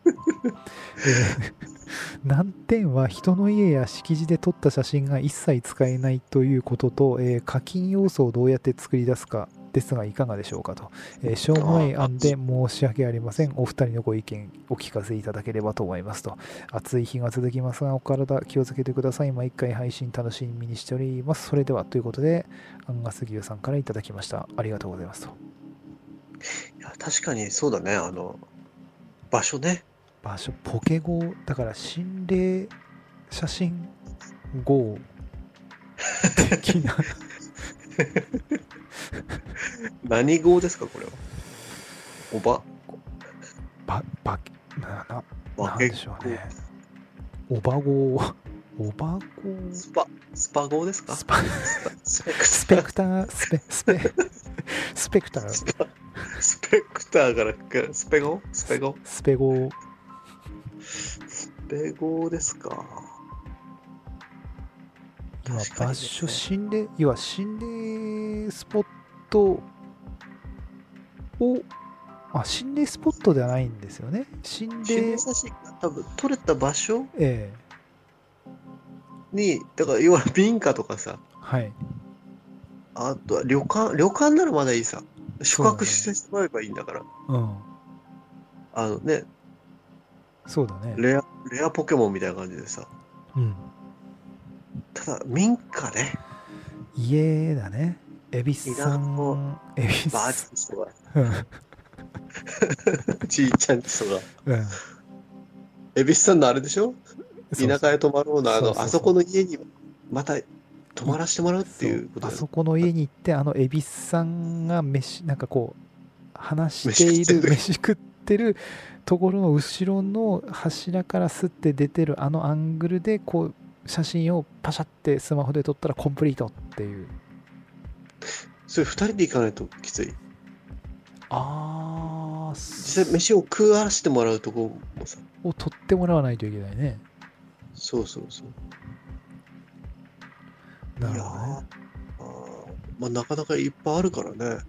Speaker 1: 難点は人の家や敷地で撮った写真が一切使えないということと、えー課金要素をどうやって作り出すかですがいかがでしょうかと、えーしょうもない案で申し訳ありませんお二人のご意見お聞かせいただければと思いますと暑い日が続きますがお体気をつけてください毎回配信楽しみにしておりますそれではということでアンガス牛さんからいただきましたありがとうございますと
Speaker 2: いや確かにそうだね、あの、場所ね。
Speaker 1: 場所ポケゴーだから心霊写真 GO 的な *laughs*
Speaker 2: 何号ですか、これは。おば
Speaker 1: ばばななな
Speaker 2: バ
Speaker 1: ん
Speaker 2: ケ
Speaker 1: でしょうねおばごおば
Speaker 2: スパ、スパ号です
Speaker 1: ご
Speaker 2: か
Speaker 1: スパ
Speaker 2: スペク
Speaker 1: スペクタースペスペスペクタ
Speaker 2: ター。
Speaker 1: ー
Speaker 2: スパスペクターから、スペ号スペ号
Speaker 1: スペゴ
Speaker 2: スペ号ですか。
Speaker 1: 今
Speaker 2: 確かに
Speaker 1: 場
Speaker 2: です
Speaker 1: 所
Speaker 2: ね
Speaker 1: 心霊要は心霊スポットをあ心霊スポットではないんですよね心
Speaker 2: 心
Speaker 1: 霊
Speaker 2: 霊写真が多分撮れた場所
Speaker 1: ええ
Speaker 2: に、だから要は民家とかさ、
Speaker 1: はい
Speaker 2: あとは旅館、旅館ならまだいいさ。宿泊してしまえばいいんだから。
Speaker 1: うん
Speaker 2: あのね、
Speaker 1: そうだね
Speaker 2: レア、レアポケモンみたいな感じでさ。
Speaker 1: うん
Speaker 2: ただ、民家ね。
Speaker 1: 家だね恵比寿さ
Speaker 2: いらん
Speaker 1: ん恵比寿
Speaker 2: バーチとか、
Speaker 1: うん
Speaker 2: ちいちゃんちとか。
Speaker 1: うん
Speaker 2: 恵比寿さんのあれでしょ
Speaker 1: そう
Speaker 2: 田舎へ泊まろうの、あ
Speaker 1: そうそ
Speaker 2: の
Speaker 1: うそう
Speaker 2: あそこの家にまた泊まらせてもらうっていうこ
Speaker 1: そうあ
Speaker 2: とだよ
Speaker 1: そこの家に行ってあの恵比寿さんが飯なんかこう話している飯食ってるところの後ろの柱からすって出てるあのアングルでこう写真をパシャってスマホで撮ったらコンプリートっていう
Speaker 2: それ2人で行かないときつい。
Speaker 1: ああ
Speaker 2: 実際、飯を食わしてもらうとこもさ。
Speaker 1: を撮ってもらわないといけないね
Speaker 2: そうそうそう。
Speaker 1: なる
Speaker 2: いや
Speaker 1: ほ
Speaker 2: ー
Speaker 1: どね
Speaker 2: あーまあ、なかなかいっぱいあるからね。
Speaker 1: うん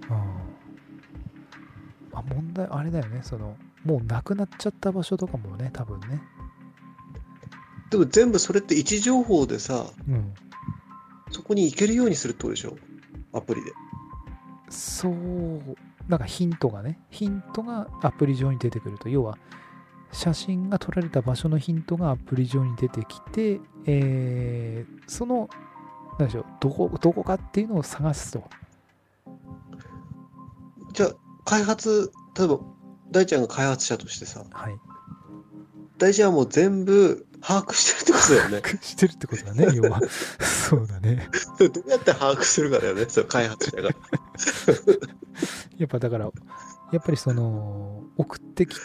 Speaker 1: あ問題あれだよねそのもうなくなっちゃった場所とかもね多分ね
Speaker 2: でも全部それって位置情報でさ、
Speaker 1: うん
Speaker 2: そこに行けるようにするってことでしょアプリで。
Speaker 1: そう、なんかヒントがね、ヒントがアプリ上に出てくると、要は、写真が撮られた場所のヒントがアプリ上に出てきて、えーその、なんでしょう、どこ、どこかっていうのを探すと。
Speaker 2: じゃあ、開発、例えば、大ちゃんが開発者としてさ、
Speaker 1: はい。
Speaker 2: 大ちゃんはもう全部把握してるってことだ
Speaker 1: *laughs*
Speaker 2: よね。
Speaker 1: *laughs* してるってことだね、要 *laughs* は。そうだね。
Speaker 2: どうやって把握するかだよね、その開発者が。
Speaker 1: やっぱだから、やっぱりその、送ってき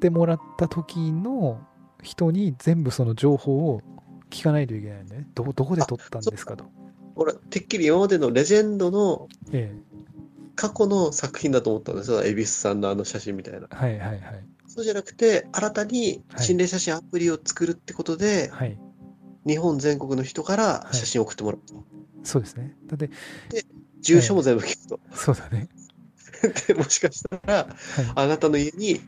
Speaker 1: てもらった時の人に全部その情報を聞かないといけないんだね。ど、どこで撮ったんですかと。
Speaker 2: ほら、てっきり今までのレジェンドの
Speaker 1: え
Speaker 2: 過去の作品だと思ったんですよ、恵比寿さんのあの写真みたいな。
Speaker 1: えはいはいはい。
Speaker 2: そうじゃなくて、新たに
Speaker 1: はい
Speaker 2: 心霊写真アプリを作るってことで、
Speaker 1: はい。
Speaker 2: 日本全国の人から
Speaker 1: はい
Speaker 2: 写真を送ってもらうと。
Speaker 1: そうですね。だって、
Speaker 2: 住所も全部聞くと。
Speaker 1: そうだね。
Speaker 2: *laughs* で、もしかしたら、
Speaker 1: はい、
Speaker 2: あなたの家に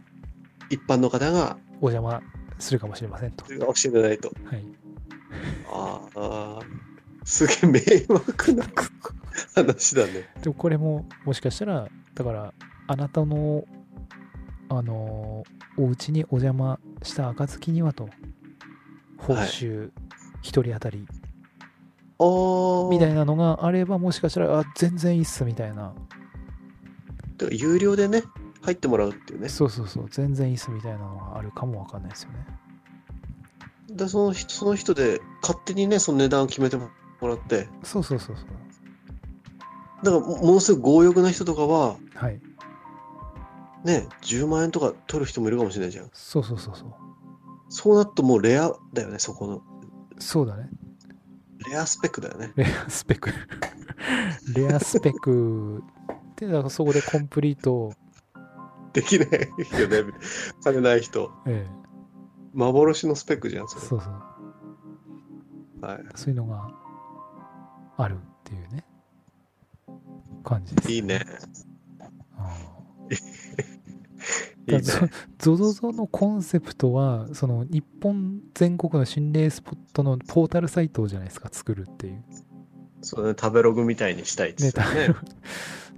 Speaker 2: 一般の方が
Speaker 1: お邪魔するかもしれませんと
Speaker 2: い。るかもしれないと。
Speaker 1: はい。 *laughs*
Speaker 2: ああ、すげえ迷惑な話だね。
Speaker 1: でもこれも、もしかしたら、だから、あなたの、あのーお家にお邪魔した暁にはと、報酬、一人当たり、
Speaker 2: ああ、
Speaker 1: みたいなのがあれば、もしかしたら、あ、全然いいっす、みたいな。
Speaker 2: だから有料でね、入ってもらうっていうね。
Speaker 1: そうそうそう、全然いいっす、みたいなのがあるかもわかんないですよね。
Speaker 2: でその人その人で勝手にねその値段を決めてもらって
Speaker 1: そうそうそうそう。
Speaker 2: だからもものすごい強欲な人とかは
Speaker 1: はい。
Speaker 2: ね10万円とか取る人もいるかもしれないじゃん
Speaker 1: そうそうそうそう。
Speaker 2: そうなるともうレアだよねそこの
Speaker 1: そうだね。
Speaker 2: レアスペックだよね
Speaker 1: レアスペ
Speaker 2: *laughs*
Speaker 1: ク。レアスペク。で、だからそこでコンプリートを、
Speaker 2: できないよね金ない人
Speaker 1: ええ、
Speaker 2: 幻のスペックじゃんそれ
Speaker 1: そうそう、
Speaker 2: は
Speaker 1: そういうのがあるっていうね、感じです。
Speaker 2: い、いいね
Speaker 1: うん
Speaker 2: いいね
Speaker 1: だからゾゾゾのコンセプトは、その日本全国の心霊スポットのポータルサイトじゃないですか、作るっていう。
Speaker 2: そうね食べログみたいにしたいっつ
Speaker 1: ね、
Speaker 2: って
Speaker 1: だ
Speaker 2: た
Speaker 1: か
Speaker 2: ね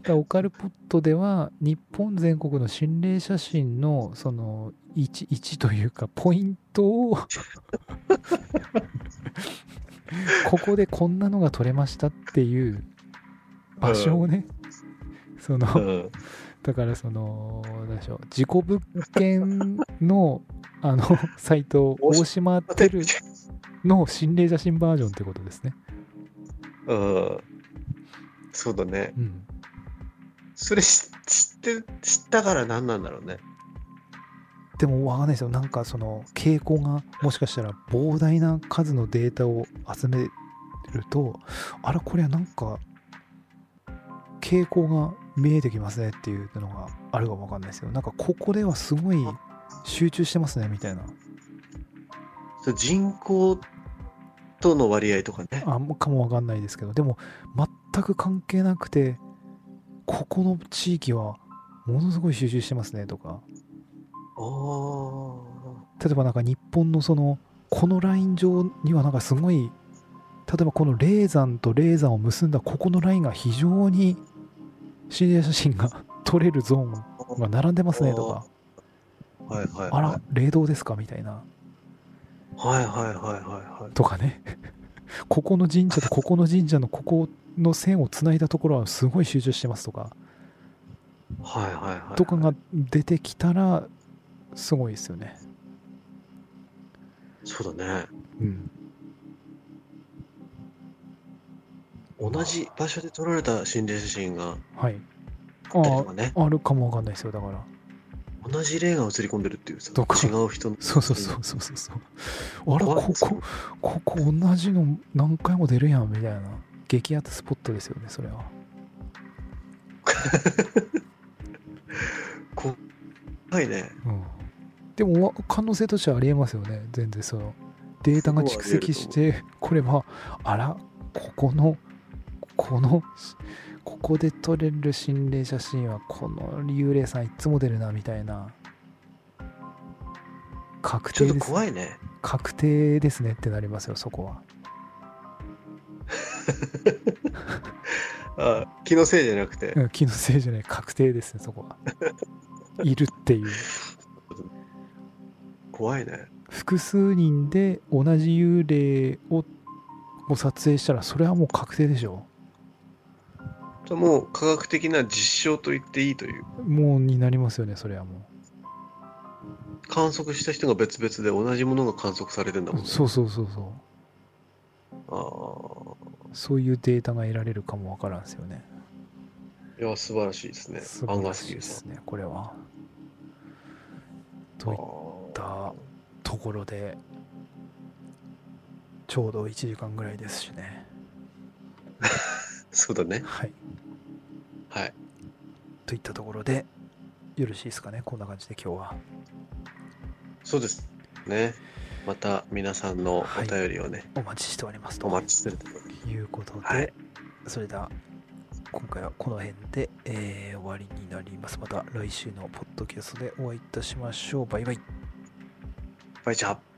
Speaker 1: らオカルポットでは日本全国の心霊写真のその位置位置というかポイント
Speaker 2: *laughs*
Speaker 1: をここでこんなのが撮れましたっていう場所をね、その、
Speaker 2: うん
Speaker 1: だからその何でしょう事故物件のあ *laughs* のサイト
Speaker 2: 大島
Speaker 1: 大島テルの心霊写真バージョンってことですね
Speaker 2: うん。そうだね。
Speaker 1: うん、
Speaker 2: それ知知って、知ったから何なんだろうね。
Speaker 1: でもわかんないですよなんかその傾向がもしかしたら膨大な数のデータを集めるとあらこれはなんか傾向が見えてきますねっていうのがあるかもわかんないですよなんかここではすごい集中してますねみたいな
Speaker 2: それ人口との割合とかね。
Speaker 1: あもうかもわかんないですけどでも全く関係なくてここの地域はものすごい集中してますねとか
Speaker 2: ああ。
Speaker 1: 例えばなんか日本のそのこのライン上にはなんかすごい例えばこの霊山と霊山を結んだここのラインが非常に心霊写真が *laughs* 撮れるゾーンが並んでますねとか
Speaker 2: はいはい、はい。
Speaker 1: あら霊道ですかみたいな
Speaker 2: はいはいはいはいはい。
Speaker 1: とかねここの神社とここの神社のここの線をつないだところはすごい集中してますとか
Speaker 2: はいはいはい。
Speaker 1: とかが出てきたらすごいですよね。
Speaker 2: そうだね。
Speaker 1: うん、
Speaker 2: 同じ場所で撮られた心霊写真が
Speaker 1: はい
Speaker 2: あったりとかね。
Speaker 1: あるかもわかんないですよだから。
Speaker 2: 同じ霊が映り込んでるっていうさ、
Speaker 1: どこ
Speaker 2: 違う人の。
Speaker 1: そうそうそうそうそうそう。あれ
Speaker 2: 怖い
Speaker 1: ここここ同じの何回も出るやんみたいな激アツスポットですよねそれは。
Speaker 2: こ怖いね。
Speaker 1: うん、でもわ可能性としてはありえますよね全然そのデータが蓄積してこれはあらここのこのここで撮れる心霊写真はこの幽霊さんいつも出るなみたいな確
Speaker 2: ちょ
Speaker 1: 定
Speaker 2: っと
Speaker 1: です
Speaker 2: 怖いね。
Speaker 1: 確定ですねってなりますよそこは。
Speaker 2: あ気のせいじゃなくて。
Speaker 1: うん気のせいじゃない確定ですねそこ
Speaker 2: *laughs*
Speaker 1: はいるっていう
Speaker 2: 怖いね。
Speaker 1: 複数人で同じ幽霊をを撮影したらそれはもう確定でしょ
Speaker 2: それもう科学的な実証と言っていいという。
Speaker 1: もうになりますよねそれはも
Speaker 2: 観測した人が別々で同じものが観測されてんだ
Speaker 1: う
Speaker 2: もんね。
Speaker 1: そうそうそうそう
Speaker 2: あ
Speaker 1: そういうデータが得られるかもわからんですよね
Speaker 2: あ。いや、素晴らしいですね。
Speaker 1: 素
Speaker 2: ア
Speaker 1: 晴
Speaker 2: ンガー
Speaker 1: ら
Speaker 2: ス
Speaker 1: しい
Speaker 2: キ
Speaker 1: で
Speaker 2: ルさ
Speaker 1: す
Speaker 2: ん。
Speaker 1: ねこれは
Speaker 2: あ
Speaker 1: といっ
Speaker 2: あ
Speaker 1: たところでちょうど1時間ぐらいですしね
Speaker 2: そうだね。
Speaker 1: はい
Speaker 2: はい。
Speaker 1: といったところでよろしいですかねこんな感じで今日は
Speaker 2: そうです。ね。また皆さんのお便りをね、
Speaker 1: お待ちしておりますと
Speaker 2: お待ちしてるところで
Speaker 1: ということで、
Speaker 2: はい
Speaker 1: それでは今回はこの辺で、えー終わりになります。また来週のポッドキャストでお会いいたしましょう。バイバイ。
Speaker 2: バイチャー。